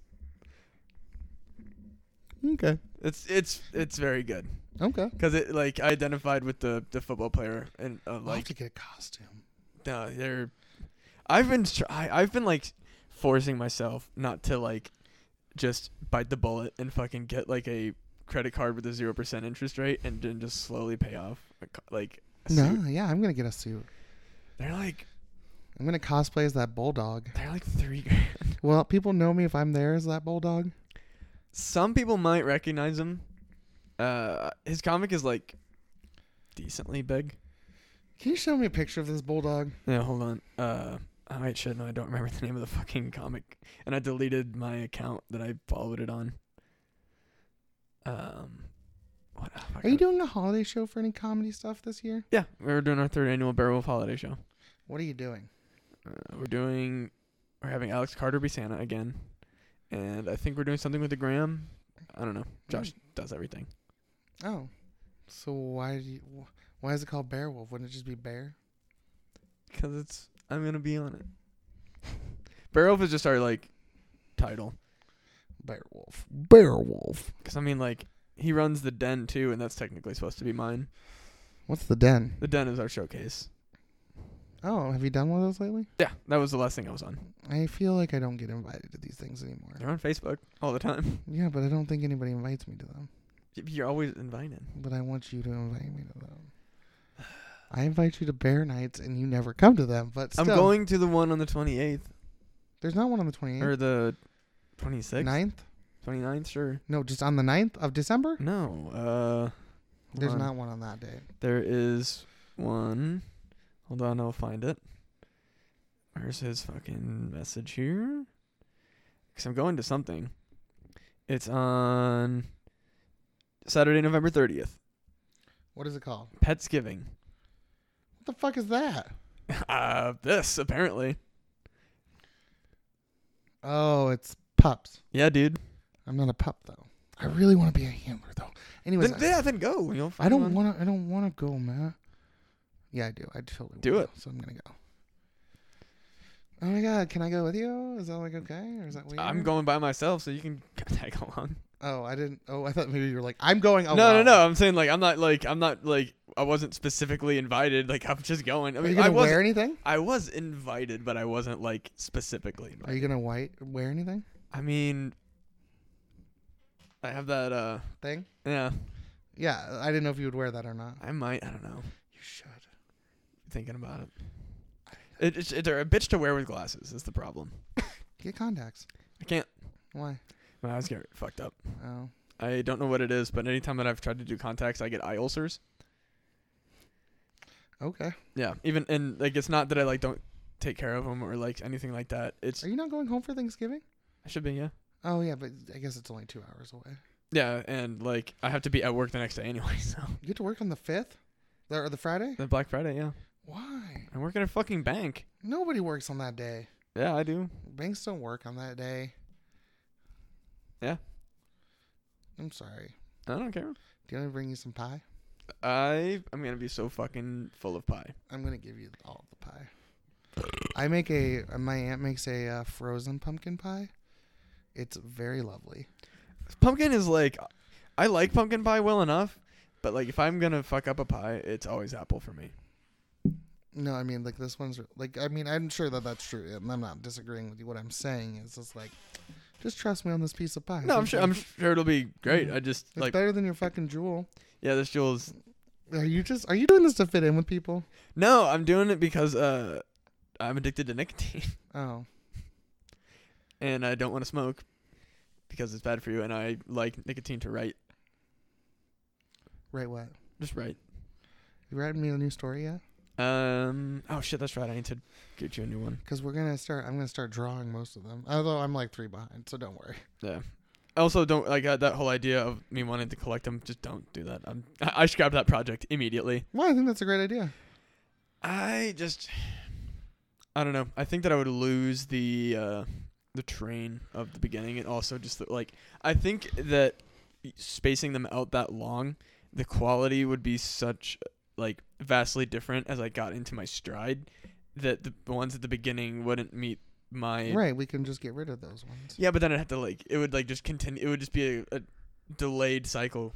[SPEAKER 1] Okay.
[SPEAKER 2] It's it's it's very good
[SPEAKER 1] Okay.
[SPEAKER 2] because it like I identified with the the football player and uh,
[SPEAKER 1] I'll have to
[SPEAKER 2] like
[SPEAKER 1] get a costume.
[SPEAKER 2] no they're. I've been tr- I, I've been like forcing myself not to like just bite the bullet and fucking get like a credit card with a zero percent interest rate and then just slowly pay off a co- like a suit.
[SPEAKER 1] No, yeah, I'm gonna get a suit.
[SPEAKER 2] They're like
[SPEAKER 1] I'm gonna cosplay as that bulldog.
[SPEAKER 2] they're like three grand. <laughs>
[SPEAKER 1] Well, people know me if I'm there as that bulldog.
[SPEAKER 2] Some people might recognize him. Uh, his comic is like decently big.
[SPEAKER 1] Can you show me a picture of this bulldog?
[SPEAKER 2] Yeah, hold on. Uh, I might should know. I don't remember <laughs> the name of the fucking comic, and I deleted my account that I followed it on. Um, what? oh, fuck,
[SPEAKER 1] Are you
[SPEAKER 2] I-
[SPEAKER 1] doing a holiday show for any comedy stuff this year?
[SPEAKER 2] Yeah, we were doing our third annual Beowulf holiday show.
[SPEAKER 1] What are you doing?
[SPEAKER 2] Uh, we're doing, we're having Alex Carter be Santa again, and I think we're doing something with the Gram. I don't know.
[SPEAKER 1] Mm.
[SPEAKER 2] Josh does everything.
[SPEAKER 1] Oh, so why do you? wh- Why is it called Bear Wolf? Wouldn't it just be bear?
[SPEAKER 2] Cause it's I'm gonna be on it. <laughs> Beowulf is just our like title.
[SPEAKER 1] Bear Wolf. Bear Wolf.
[SPEAKER 2] Cause I mean like he runs the den too, and that's technically supposed to be mine.
[SPEAKER 1] What's the den?
[SPEAKER 2] The den is our showcase.
[SPEAKER 1] Oh, have you done one of those lately?
[SPEAKER 2] Yeah, that was the last thing I
[SPEAKER 1] Mm.
[SPEAKER 2] was on.
[SPEAKER 1] I feel like I don't get invited to these things anymore.
[SPEAKER 2] You're on Facebook all the time. <laughs>
[SPEAKER 1] Yeah, but I don't think anybody invites me to them.
[SPEAKER 2] Y- You're always invited.
[SPEAKER 1] But I want you to invite me to them. I invite you to bear nights, and you never come to them. But still,
[SPEAKER 2] I'm going to the one on the 28th
[SPEAKER 1] There's not one on the 28th.
[SPEAKER 2] or the 26th,
[SPEAKER 1] 9th?
[SPEAKER 2] 29th. Sure.
[SPEAKER 1] No, just on the 9th of December?
[SPEAKER 2] No. Uh, hold
[SPEAKER 1] There's
[SPEAKER 2] on.
[SPEAKER 1] not one on that day.
[SPEAKER 2] There is one. Hold on, I'll find it. Where's his fucking message here? Because I'm going to something. It's on Saturday, November 30th.
[SPEAKER 1] What is it called?
[SPEAKER 2] Pets Giving. <laughs>
[SPEAKER 1] What the fuck is that?
[SPEAKER 2] Uh, this, apparently.
[SPEAKER 1] Oh, it's pups.
[SPEAKER 2] Yeah, dude.
[SPEAKER 1] I'm not a pup though. I really want to be a handler though. Anyways,
[SPEAKER 2] Then,
[SPEAKER 1] I,
[SPEAKER 2] yeah, then go. You'll
[SPEAKER 1] I
[SPEAKER 2] find
[SPEAKER 1] don't
[SPEAKER 2] one.
[SPEAKER 1] want to. I don't want to go, Matt. Yeah, I do. I totally
[SPEAKER 2] Do
[SPEAKER 1] wanna
[SPEAKER 2] it.
[SPEAKER 1] Go, so I'm gonna go. Oh my god, can I go with you? Is that like okay, or is that weird?
[SPEAKER 2] I'm going by myself, so you can <laughs> tag along.
[SPEAKER 1] Oh, I didn't. Oh, I thought maybe you were like, I'm going.
[SPEAKER 2] no,
[SPEAKER 1] Alone.
[SPEAKER 2] no, no. I'm saying like I'm not like I'm not like I wasn't specifically invited. Like I'm just going. I
[SPEAKER 1] Are you
[SPEAKER 2] mean, I
[SPEAKER 1] gonna
[SPEAKER 2] was
[SPEAKER 1] wear anything?
[SPEAKER 2] I was invited, but I wasn't like
[SPEAKER 1] Are
[SPEAKER 2] specifically
[SPEAKER 1] you
[SPEAKER 2] invited.
[SPEAKER 1] gonna white wear anything?
[SPEAKER 2] I mean, I have that. uh
[SPEAKER 1] Thing?
[SPEAKER 2] Yeah,
[SPEAKER 1] Yeah, I didn't know if you would wear that or not.
[SPEAKER 2] I might. I don't know.
[SPEAKER 1] You should.
[SPEAKER 2] Thinking about it. It, it's it's a bitch to wear with glasses. Is the problem.
[SPEAKER 1] Get contacts.
[SPEAKER 2] I can't.
[SPEAKER 1] Why?
[SPEAKER 2] My eyes get fucked up.
[SPEAKER 1] Oh.
[SPEAKER 2] I don't know what it is, but anytime that I've tried to do contacts, I get eye ulcers.
[SPEAKER 1] Okay.
[SPEAKER 2] Yeah, even and like it's not that I like don't take care of them or like anything like that. It's
[SPEAKER 1] Are you not going home for Thanksgiving?
[SPEAKER 2] I should be yeah,
[SPEAKER 1] Oh yeah, but I guess it's only two hours away.
[SPEAKER 2] yeah, and like I have to be at work the next day anyway. <laughs> So
[SPEAKER 1] You get to work on the fifth, or the Friday.
[SPEAKER 2] the Black Friday, yeah,
[SPEAKER 1] Why?
[SPEAKER 2] I work at a fucking bank.
[SPEAKER 1] Nobody works on that day.
[SPEAKER 2] Yeah, I do.
[SPEAKER 1] Banks don't work on that day.
[SPEAKER 2] Yeah.
[SPEAKER 1] I'm sorry.
[SPEAKER 2] I don't care.
[SPEAKER 1] Do you want me to bring you some pie?
[SPEAKER 2] I I'm gonna be so fucking full of pie.
[SPEAKER 1] I'm gonna give you all the pie. I make a. My aunt makes a uh, frozen pumpkin pie. It's very lovely.
[SPEAKER 2] Pumpkin is like, I like pumpkin pie well enough, but like if I'm gonna fuck up a pie, it's always apple for me.
[SPEAKER 1] No, I mean like this one's like I mean I'm sure that that's true, and I'm not disagreeing with you. What I'm saying is just like, just trust me on this piece of pie.
[SPEAKER 2] <laughs> No, I'm sure I'm sure it'll be great. I just
[SPEAKER 1] It's
[SPEAKER 2] like
[SPEAKER 1] better than your fucking jewel.
[SPEAKER 2] yeah, this jewel's
[SPEAKER 1] Are you just are you doing this to fit in with people?
[SPEAKER 2] no. I'm doing it because uh I'm addicted to nicotine.
[SPEAKER 1] Oh,
[SPEAKER 2] and I don't want to smoke because it's bad for you. And I like nicotine to write,
[SPEAKER 1] right. What
[SPEAKER 2] just write.
[SPEAKER 1] you writing me a new story yet?
[SPEAKER 2] Um. Oh shit, that's right. I need to get you a new one.
[SPEAKER 1] Because we're gonna start. I'm gonna start drawing most of them. Although I'm like three behind, so don't worry.
[SPEAKER 2] Yeah. I also don't like uh, that whole idea of me wanting to collect them. Just don't do that. I'm, I, I scrapped that project immediately.
[SPEAKER 1] Well, I think that's a great idea.
[SPEAKER 2] I just, I don't know. I think that I would lose the uh, the train of the beginning, and also just the, like I think that spacing them out that long, the quality would be such like vastly different as I got into my stride that the ones at the beginning wouldn't meet my
[SPEAKER 1] Right, we can just get rid of those ones.
[SPEAKER 2] yeah. But then I'd have to like it would like just continue. It would just be a, a
[SPEAKER 1] <sighs>
[SPEAKER 2] delayed cycle.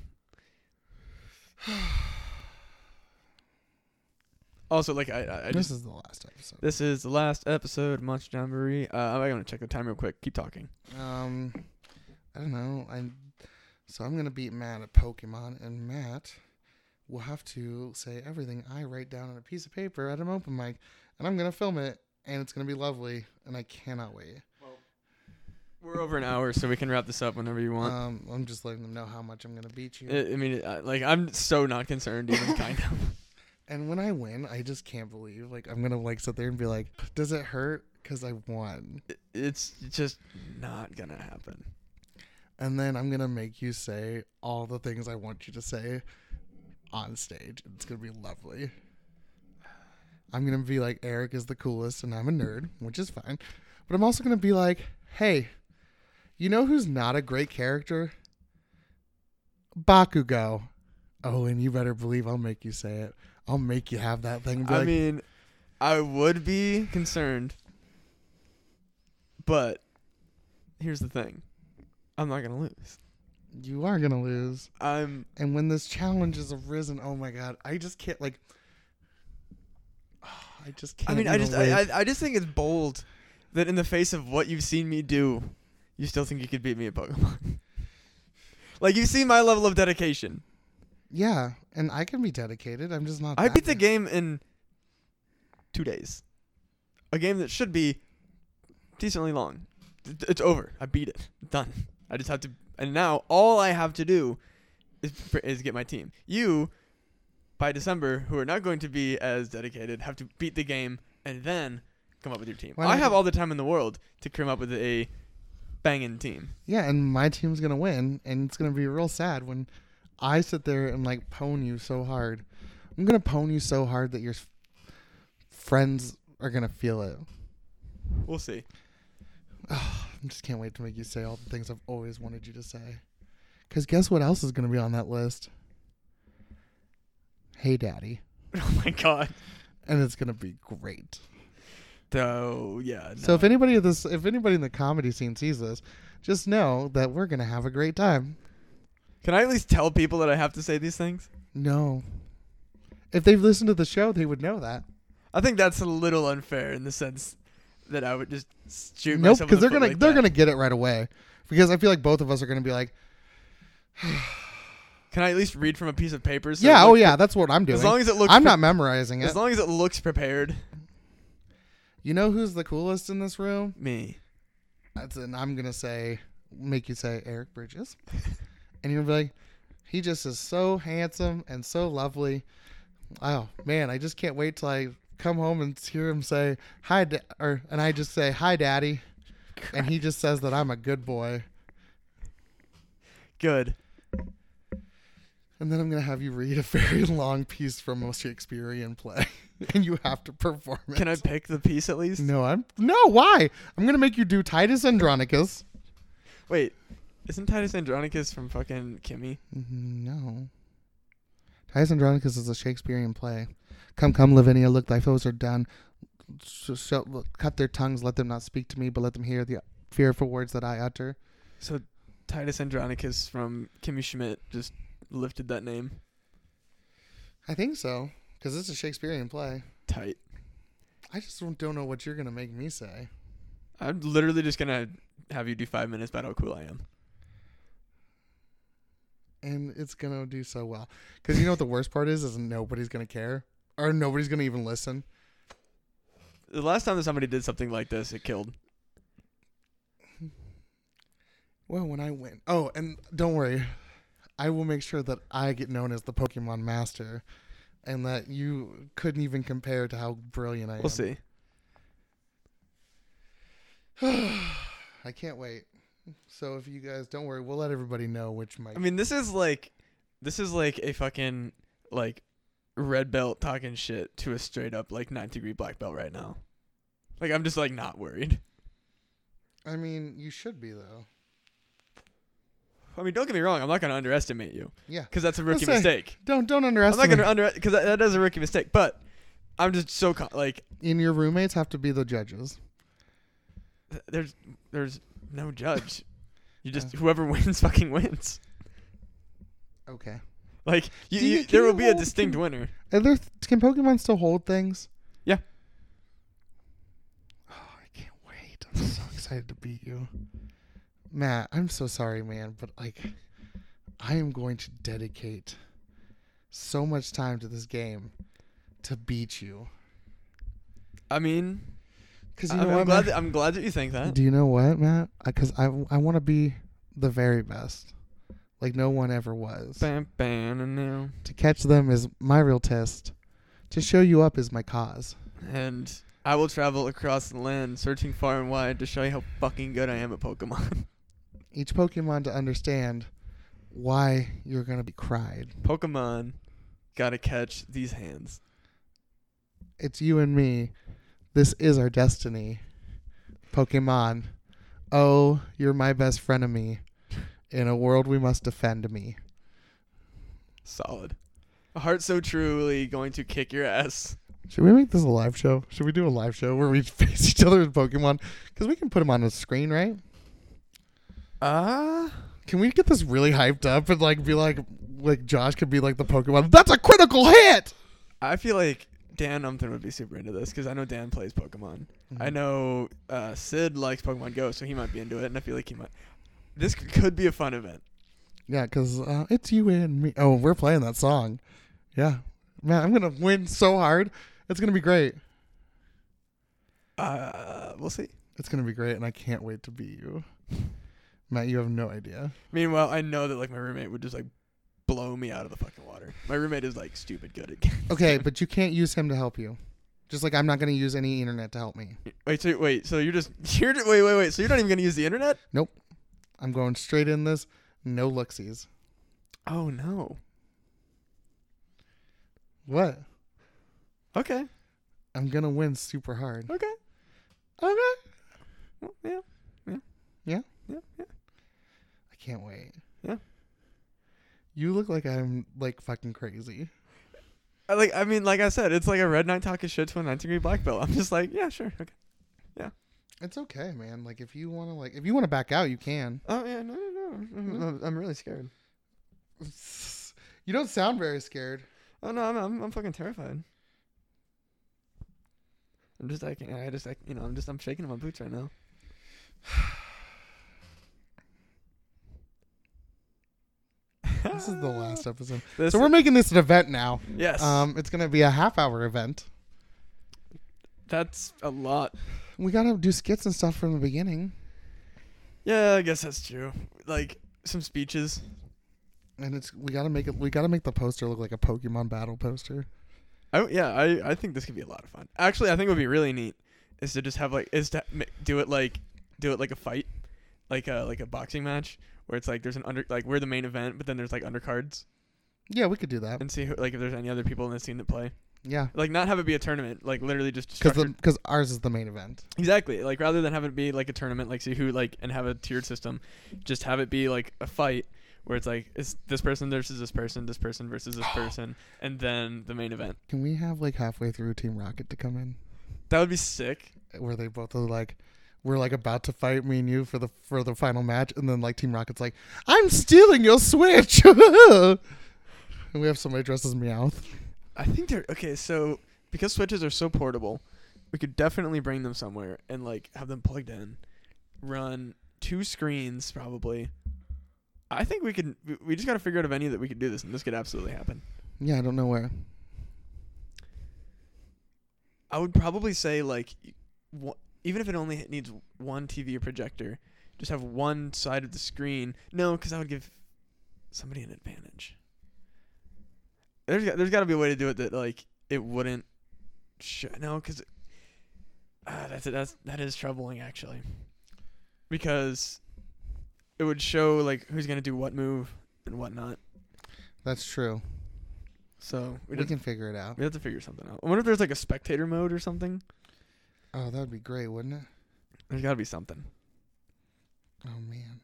[SPEAKER 2] Also, like I- I, I just
[SPEAKER 1] this is the last episode.
[SPEAKER 2] this is the last episode of Monster Jamboree. Uh, I'm going to check the time real quick. Keep talking.
[SPEAKER 1] Um, I don't know. I'm so I'm gonna beat Matt at Pokemon, and Matt will have to say everything I write down on a piece of paper at an open mic, and I'm gonna film it, and it's gonna be lovely, and I cannot wait.
[SPEAKER 2] We're over an hour, so we can wrap this up whenever you want.
[SPEAKER 1] Um, I'm just letting them know how much I'm gonna beat you.
[SPEAKER 2] I I mean, I, like I'm so not concerned, even kind of. <laughs>
[SPEAKER 1] and when I win, I just can't believe like I'm gonna like sit there and be like, does it hurt? Because I won.
[SPEAKER 2] It- It's just not gonna happen.
[SPEAKER 1] and then I'm gonna make you say all the things I want you to say on stage. It's gonna be lovely. I'm gonna be like Eric is the coolest, and I'm a nerd, which is fine. But I'm also gonna be like, hey, you know who's not a great character? Bakugo. Oh, and you better believe I'll make you say it. I'll make you have that thing. and be
[SPEAKER 2] I
[SPEAKER 1] like,
[SPEAKER 2] mean, I would be concerned, but here's the thing: I'm not gonna lose.
[SPEAKER 1] you are gonna lose.
[SPEAKER 2] I'm
[SPEAKER 1] And when this challenge has arisen, oh my god, I just can't like. <sighs> I just can't.
[SPEAKER 2] I mean, I
[SPEAKER 1] even
[SPEAKER 2] just,
[SPEAKER 1] wait.
[SPEAKER 2] I, I, I just think it's bold that in the face of what you've seen me do, you still think you could beat me at Pokemon. <laughs> like you've seen my level of dedication.
[SPEAKER 1] yeah, and I can be dedicated. I'm just not.
[SPEAKER 2] I
[SPEAKER 1] that
[SPEAKER 2] beat the game in two days. A game that should be decently long. It- It's over. I beat it. Done. I just have to, and now all I have to do is pr- is get my team. You, by December, who are not going to be as dedicated, have to beat the game and then come up with your team.
[SPEAKER 1] Why
[SPEAKER 2] I
[SPEAKER 1] not
[SPEAKER 2] have
[SPEAKER 1] do-
[SPEAKER 2] all the time in the world to come up with a banging team.
[SPEAKER 1] Yeah, and my team's gonna win, and it's gonna be real sad when I sit there and like pwn you so hard. I'm gonna pwn you so hard that your s- friends are gonna feel it.
[SPEAKER 2] We'll see.
[SPEAKER 1] I just can't wait to make you say all the things I've always wanted you to say. Cause guess what else is gonna be on that list? Hey, daddy,
[SPEAKER 2] Oh my god.
[SPEAKER 1] and it's gonna be great.
[SPEAKER 2] So yeah.
[SPEAKER 1] So
[SPEAKER 2] no.
[SPEAKER 1] if anybody of this, if anybody in the comedy scene sees this, just know that we're gonna have a great time.
[SPEAKER 2] can I at least tell people that I have to say these things?
[SPEAKER 1] No, if they've listened to the show, they would know that.
[SPEAKER 2] I think that's a little unfair in the sense that I would just shoot
[SPEAKER 1] Nope,
[SPEAKER 2] myself.
[SPEAKER 1] because
[SPEAKER 2] Because
[SPEAKER 1] they're gonna they're gonna get it right away. Because I feel like both of us are gonna be like,
[SPEAKER 2] Can I at least read from a piece of paper? So
[SPEAKER 1] yeah,
[SPEAKER 2] it
[SPEAKER 1] oh
[SPEAKER 2] looks-
[SPEAKER 1] yeah, that's what I'm doing.
[SPEAKER 2] As long as it looks.
[SPEAKER 1] I'm
[SPEAKER 2] pre-
[SPEAKER 1] not memorizing it.
[SPEAKER 2] As long as it looks prepared.
[SPEAKER 1] you know who's the coolest in this room?
[SPEAKER 2] Me.
[SPEAKER 1] That's and I'm gonna say, make you say Eric Bridges, and you're gonna be like, he just is so handsome and so lovely. Oh man, I just can't wait till I come home and hear him say hi, da-, or and I just say hi, daddy, and he just says that I'm a good boy,
[SPEAKER 2] Good.
[SPEAKER 1] and then I'm gonna have you read a very <laughs> long piece from a Shakespearean play, <laughs> and you have to perform it.
[SPEAKER 2] Can I pick the piece at least?
[SPEAKER 1] No, I'm no. Why? I'm gonna make you do Titus Andronicus.
[SPEAKER 2] Wait. Isn't Titus Andronicus from fucking Kimmy?
[SPEAKER 1] No. Titus Andronicus is a Shakespearean play. Come, come, Lavinia, look, thy foes are done. Sh- sh- look, cut their tongues, let them not speak to me, but let them hear the fearful words that I utter.
[SPEAKER 2] So Titus Andronicus from Kimmy Schmidt just lifted that name.
[SPEAKER 1] I think so, because it's a Shakespearean play.
[SPEAKER 2] Tight.
[SPEAKER 1] I just don't, don't know what you're gonna make me say.
[SPEAKER 2] I'm literally just gonna have you do five minutes about how cool I am.
[SPEAKER 1] and it's gonna do so well. Because you know what the worst part is? Is nobody's gonna care, or nobody's gonna even listen.
[SPEAKER 2] The last time that somebody did something like this, it killed.
[SPEAKER 1] Well, when I win, oh, and don't worry, I will make sure that I get known as the Pokemon Master, and that you couldn't even compare to how brilliant I
[SPEAKER 2] We'll
[SPEAKER 1] am.
[SPEAKER 2] see.
[SPEAKER 1] <sighs> I can't wait. So if you guys don't worry, we'll let everybody know which mic.
[SPEAKER 2] I mean, this is like, this is like a fucking like red belt talking shit to a straight up like ninth degree black belt right now. Like I'm just like not worried.
[SPEAKER 1] I mean, you should be though.
[SPEAKER 2] I mean, don't get me wrong. I'm not gonna underestimate you
[SPEAKER 1] Yeah.
[SPEAKER 2] because that's a rookie
[SPEAKER 1] say,
[SPEAKER 2] mistake.
[SPEAKER 1] Don't don't
[SPEAKER 2] I'm not
[SPEAKER 1] underestimate.
[SPEAKER 2] gonna under because that, that is a rookie mistake. But I'm just so con- like
[SPEAKER 1] and your roommates have to be the judges.
[SPEAKER 2] th- there's there's no judge. You just whoever <laughs> wins fucking wins.
[SPEAKER 1] Okay.
[SPEAKER 2] Like you,
[SPEAKER 1] Do you-
[SPEAKER 2] you,
[SPEAKER 1] can
[SPEAKER 2] there
[SPEAKER 1] you
[SPEAKER 2] will be a
[SPEAKER 1] hold-
[SPEAKER 2] distinct winner.
[SPEAKER 1] Are there can Pokemon still hold things?
[SPEAKER 2] Yeah.
[SPEAKER 1] Oh, I can't wait. I'm so excited to beat you. Matt, I'm so sorry, man, but like I am going to dedicate so much time to this game to beat you.
[SPEAKER 2] I mean,
[SPEAKER 1] Because you
[SPEAKER 2] I'm,
[SPEAKER 1] know
[SPEAKER 2] I'm
[SPEAKER 1] what?
[SPEAKER 2] glad
[SPEAKER 1] Matt?
[SPEAKER 2] that, I'm glad that you think that. uh,
[SPEAKER 1] Do you know what, Matt? Because I, I want to be the very best, like no one ever was.
[SPEAKER 2] Bam, bam, and now.
[SPEAKER 1] To catch them is my real test. To show you up is my cause.
[SPEAKER 2] And I will travel across the land, searching far and wide to show you how fucking good I am at Pokemon. <laughs>
[SPEAKER 1] Each Pokemon to understand why you're gonna be cried.
[SPEAKER 2] Pokemon, gotta catch these hands.
[SPEAKER 1] It's you and me. This is our destiny. Pokemon. Oh, you're my best friend of me. In a world we must defend me.
[SPEAKER 2] Solid. A heart so truly going to kick your ass.
[SPEAKER 1] Should we make this a live show? Should we do a live show where we <laughs> face each other with Pokemon? Because we can put them on a screen, right?
[SPEAKER 2] Ah.
[SPEAKER 1] Can we get this really hyped up and like be like, like Josh could be like the Pokemon? That's a critical hit.
[SPEAKER 2] I feel like Dan Umthin would be super into this because I know Dan plays Pokemon. I
[SPEAKER 1] Mm-hmm.
[SPEAKER 2] know uh, Sid likes Pokemon Go, so he might be into it, and I feel like he might. This c- could be a fun event.
[SPEAKER 1] Yeah, because uh, it's you and me. Oh, we're playing that song. Yeah, man, I'm gonna win so hard. It's gonna be great.
[SPEAKER 2] Uh, we'll see.
[SPEAKER 1] It's gonna be great, and I can't wait to beat you, Matt. You have no idea.
[SPEAKER 2] Meanwhile, I know that like my roommate would just like blow me out of the fucking water. My roommate is like stupid good at. games.
[SPEAKER 1] Okay, but you can't use him to help you. Just like I'm not gonna use any internet to help me.
[SPEAKER 2] wait, so, wait. So you're just <laughs> you're ju- wait, wait, wait. So you're not even gonna use the internet?
[SPEAKER 1] I'm going straight in this. No looksies.
[SPEAKER 2] Oh no.
[SPEAKER 1] What?
[SPEAKER 2] Okay.
[SPEAKER 1] I'm gonna win super hard.
[SPEAKER 2] Okay.
[SPEAKER 1] Okay.
[SPEAKER 2] Well, yeah. Yeah.
[SPEAKER 1] Yeah?
[SPEAKER 2] Yeah. Yeah.
[SPEAKER 1] I can't wait.
[SPEAKER 2] Yeah.
[SPEAKER 1] You look like I'm like fucking crazy.
[SPEAKER 2] I, like I mean, like I said, it's like a red knight talking shit to a ninth degree black belt. I'm just like, yeah, sure, okay.
[SPEAKER 1] It's okay, man. Like if you want to like if you want to back out, you can.
[SPEAKER 2] Oh yeah, no, no, no. I'm, I'm really scared.
[SPEAKER 1] <laughs> You don't sound very scared.
[SPEAKER 2] Oh no, I'm, I'm I'm fucking terrified. I'm just like I just like you know I'm just I'm shaking in my boots right <sighs> now.
[SPEAKER 1] This is the last episode.
[SPEAKER 2] Ah. This
[SPEAKER 1] So we're making this an event now.
[SPEAKER 2] yes.
[SPEAKER 1] Um it's going to be a half hour event.
[SPEAKER 2] that's a lot.
[SPEAKER 1] We got to do skits and stuff from the beginning
[SPEAKER 2] Yeah, I guess that's true. Like some speeches.
[SPEAKER 1] and it's we got to make it we got to make the poster look like a Pokemon battle poster.
[SPEAKER 2] I yeah, I I think this could be a lot of fun. Actually, I think it would be really neat is to just have like is to ma- do it like do it like a fight, like a like a boxing match where it's like there's an under like we're the main event, but then there's like undercards
[SPEAKER 1] Yeah, we could do that.
[SPEAKER 2] and see who, like if there's any other people in the scene that play.
[SPEAKER 1] Yeah.
[SPEAKER 2] Like not have it be a tournament, like literally just
[SPEAKER 1] Cuz
[SPEAKER 2] structured
[SPEAKER 1] cuz ours is the main event.
[SPEAKER 2] Exactly. Like rather than have it be like a tournament, like see who like and have a tiered system, just have it be like a fight where it's like it's this person versus this person, this person versus this person, and then the main event.
[SPEAKER 1] Can we have like halfway through Team Rocket to come in?
[SPEAKER 2] That would be sick.
[SPEAKER 1] where they both are like we're like about to fight me and you for the for the final match and then like team rocket's like i'm stealing your switch <laughs> and we have somebody dressed as meowth
[SPEAKER 2] I think they're okay. So because switches are so portable, we could definitely bring them somewhere and like have them plugged in, run two screens probably. I think we could. we- We just got to figure out a venue that we could do this, and this could absolutely happen.
[SPEAKER 1] yeah i don't know where
[SPEAKER 2] I would probably say like, y- wha- even if it only needs one TV or projector, just have one side of the screen. No, because I would give somebody an advantage. There's got, there's got to be a way to do it that like it wouldn't. Sh- no, because ah, that's that's that is troubling actually, because it would show like who's gonna do what move and whatnot.
[SPEAKER 1] that's true
[SPEAKER 2] So
[SPEAKER 1] we,
[SPEAKER 2] we just
[SPEAKER 1] can figure it out
[SPEAKER 2] we have to figure something out. I wonder if there's like a spectator mode or something.
[SPEAKER 1] oh that would be great wouldn't it
[SPEAKER 2] There's got to be something.
[SPEAKER 1] oh man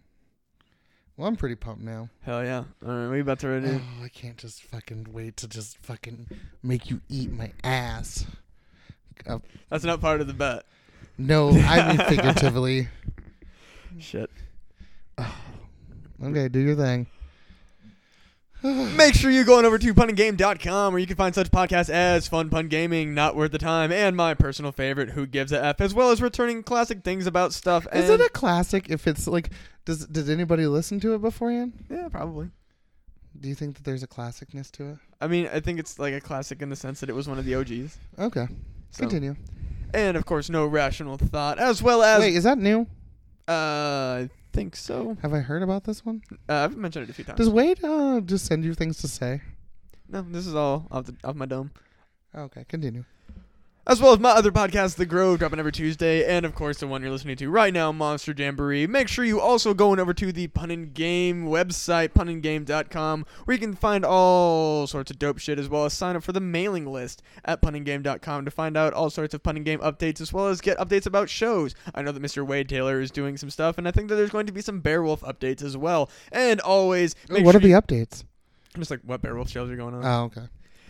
[SPEAKER 1] well i'm pretty pumped now
[SPEAKER 2] Hell yeah. All right, we about to ready.
[SPEAKER 1] oh i can't just fucking wait to just fucking make you eat my ass Uh,
[SPEAKER 2] That's not part of the bet.
[SPEAKER 1] no i
[SPEAKER 2] <laughs>
[SPEAKER 1] mean figuratively
[SPEAKER 2] Shit.
[SPEAKER 1] okay do your thing
[SPEAKER 2] Make sure you go on over to punandgame.com where you can find such podcasts as Fun Pun Gaming, Not Worth the Time, and my personal favorite, Who Gives a F, as well as returning classic things about stuff. And
[SPEAKER 1] Is it a classic if it's like does did anybody listen to it beforehand?
[SPEAKER 2] yeah, probably.
[SPEAKER 1] Do you think that there's a classicness to it?
[SPEAKER 2] I mean, I think it's like a classic in the sense that it was one of the OGs.
[SPEAKER 1] Okay,
[SPEAKER 2] So.
[SPEAKER 1] continue.
[SPEAKER 2] And of course, no rational thought, as well as
[SPEAKER 1] Wait, is that new?
[SPEAKER 2] uh, I think so.
[SPEAKER 1] Have I heard about this one?
[SPEAKER 2] Uh, I've mentioned it a few times.
[SPEAKER 1] Does Wade uh, just send you things to say?
[SPEAKER 2] no, this is all off the off my dome.
[SPEAKER 1] Okay, continue.
[SPEAKER 2] As well as my other podcast, The Grove, dropping every Tuesday, and of course the one you're listening to right now, Monster Jamboree. Make sure you also go on over to the Pun and Game website, punandgame.com, where you can find all sorts of dope shit, as well as sign up for the mailing list at punandgame.com to find out all sorts of Pun and Game updates, as well as get updates about shows. I know that Mr. Wade Taylor is doing some stuff, and I think that there's going to be some Beowulf updates as well. And always, make
[SPEAKER 1] what
[SPEAKER 2] sure
[SPEAKER 1] are the
[SPEAKER 2] you- Uh-huh.
[SPEAKER 1] updates?
[SPEAKER 2] just like what Beowulf shows are going on.
[SPEAKER 1] Oh, okay.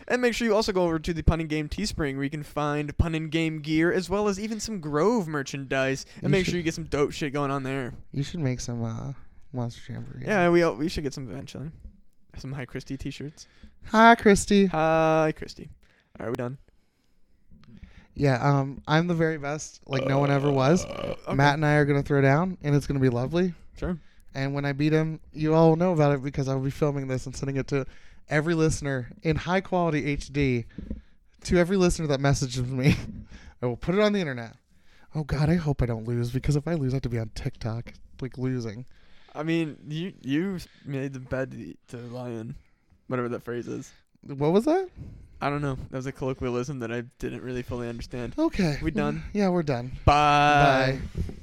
[SPEAKER 2] And make sure you also go over to the Pun and Game Teespring where you can find Pun and Game gear as well as even some Grove merchandise. And
[SPEAKER 1] You
[SPEAKER 2] make sure
[SPEAKER 1] should-
[SPEAKER 2] you get some dope shit going on there.
[SPEAKER 1] You should make some uh, monster jamboree.
[SPEAKER 2] Yeah, we all, we should get some eventually. Some Hi Christie t-shirts.
[SPEAKER 1] Hi, Christy.
[SPEAKER 2] Hi Christie. All right, we done.
[SPEAKER 1] Yeah. Um, I'm the very best. Like no one ever was.
[SPEAKER 2] Uh, Okay.
[SPEAKER 1] Matt and I are gonna throw down, and it's gonna be lovely.
[SPEAKER 2] Sure.
[SPEAKER 1] And when I beat him, you all know about it because I will be filming this and sending it to every listener in high quality HD. To every listener that messages me, <laughs> I will put it on the internet. Oh God, I hope I don't lose because if I lose, I have to be on TikTok, like losing.
[SPEAKER 2] I mean, you you made the bed to, to lie in. Whatever that phrase is.
[SPEAKER 1] What was that?
[SPEAKER 2] I don't know. That was a colloquialism that I didn't really fully understand.
[SPEAKER 1] Okay,
[SPEAKER 2] We done? Uh,
[SPEAKER 1] Yeah, we're done.
[SPEAKER 2] Bye.
[SPEAKER 1] Bye.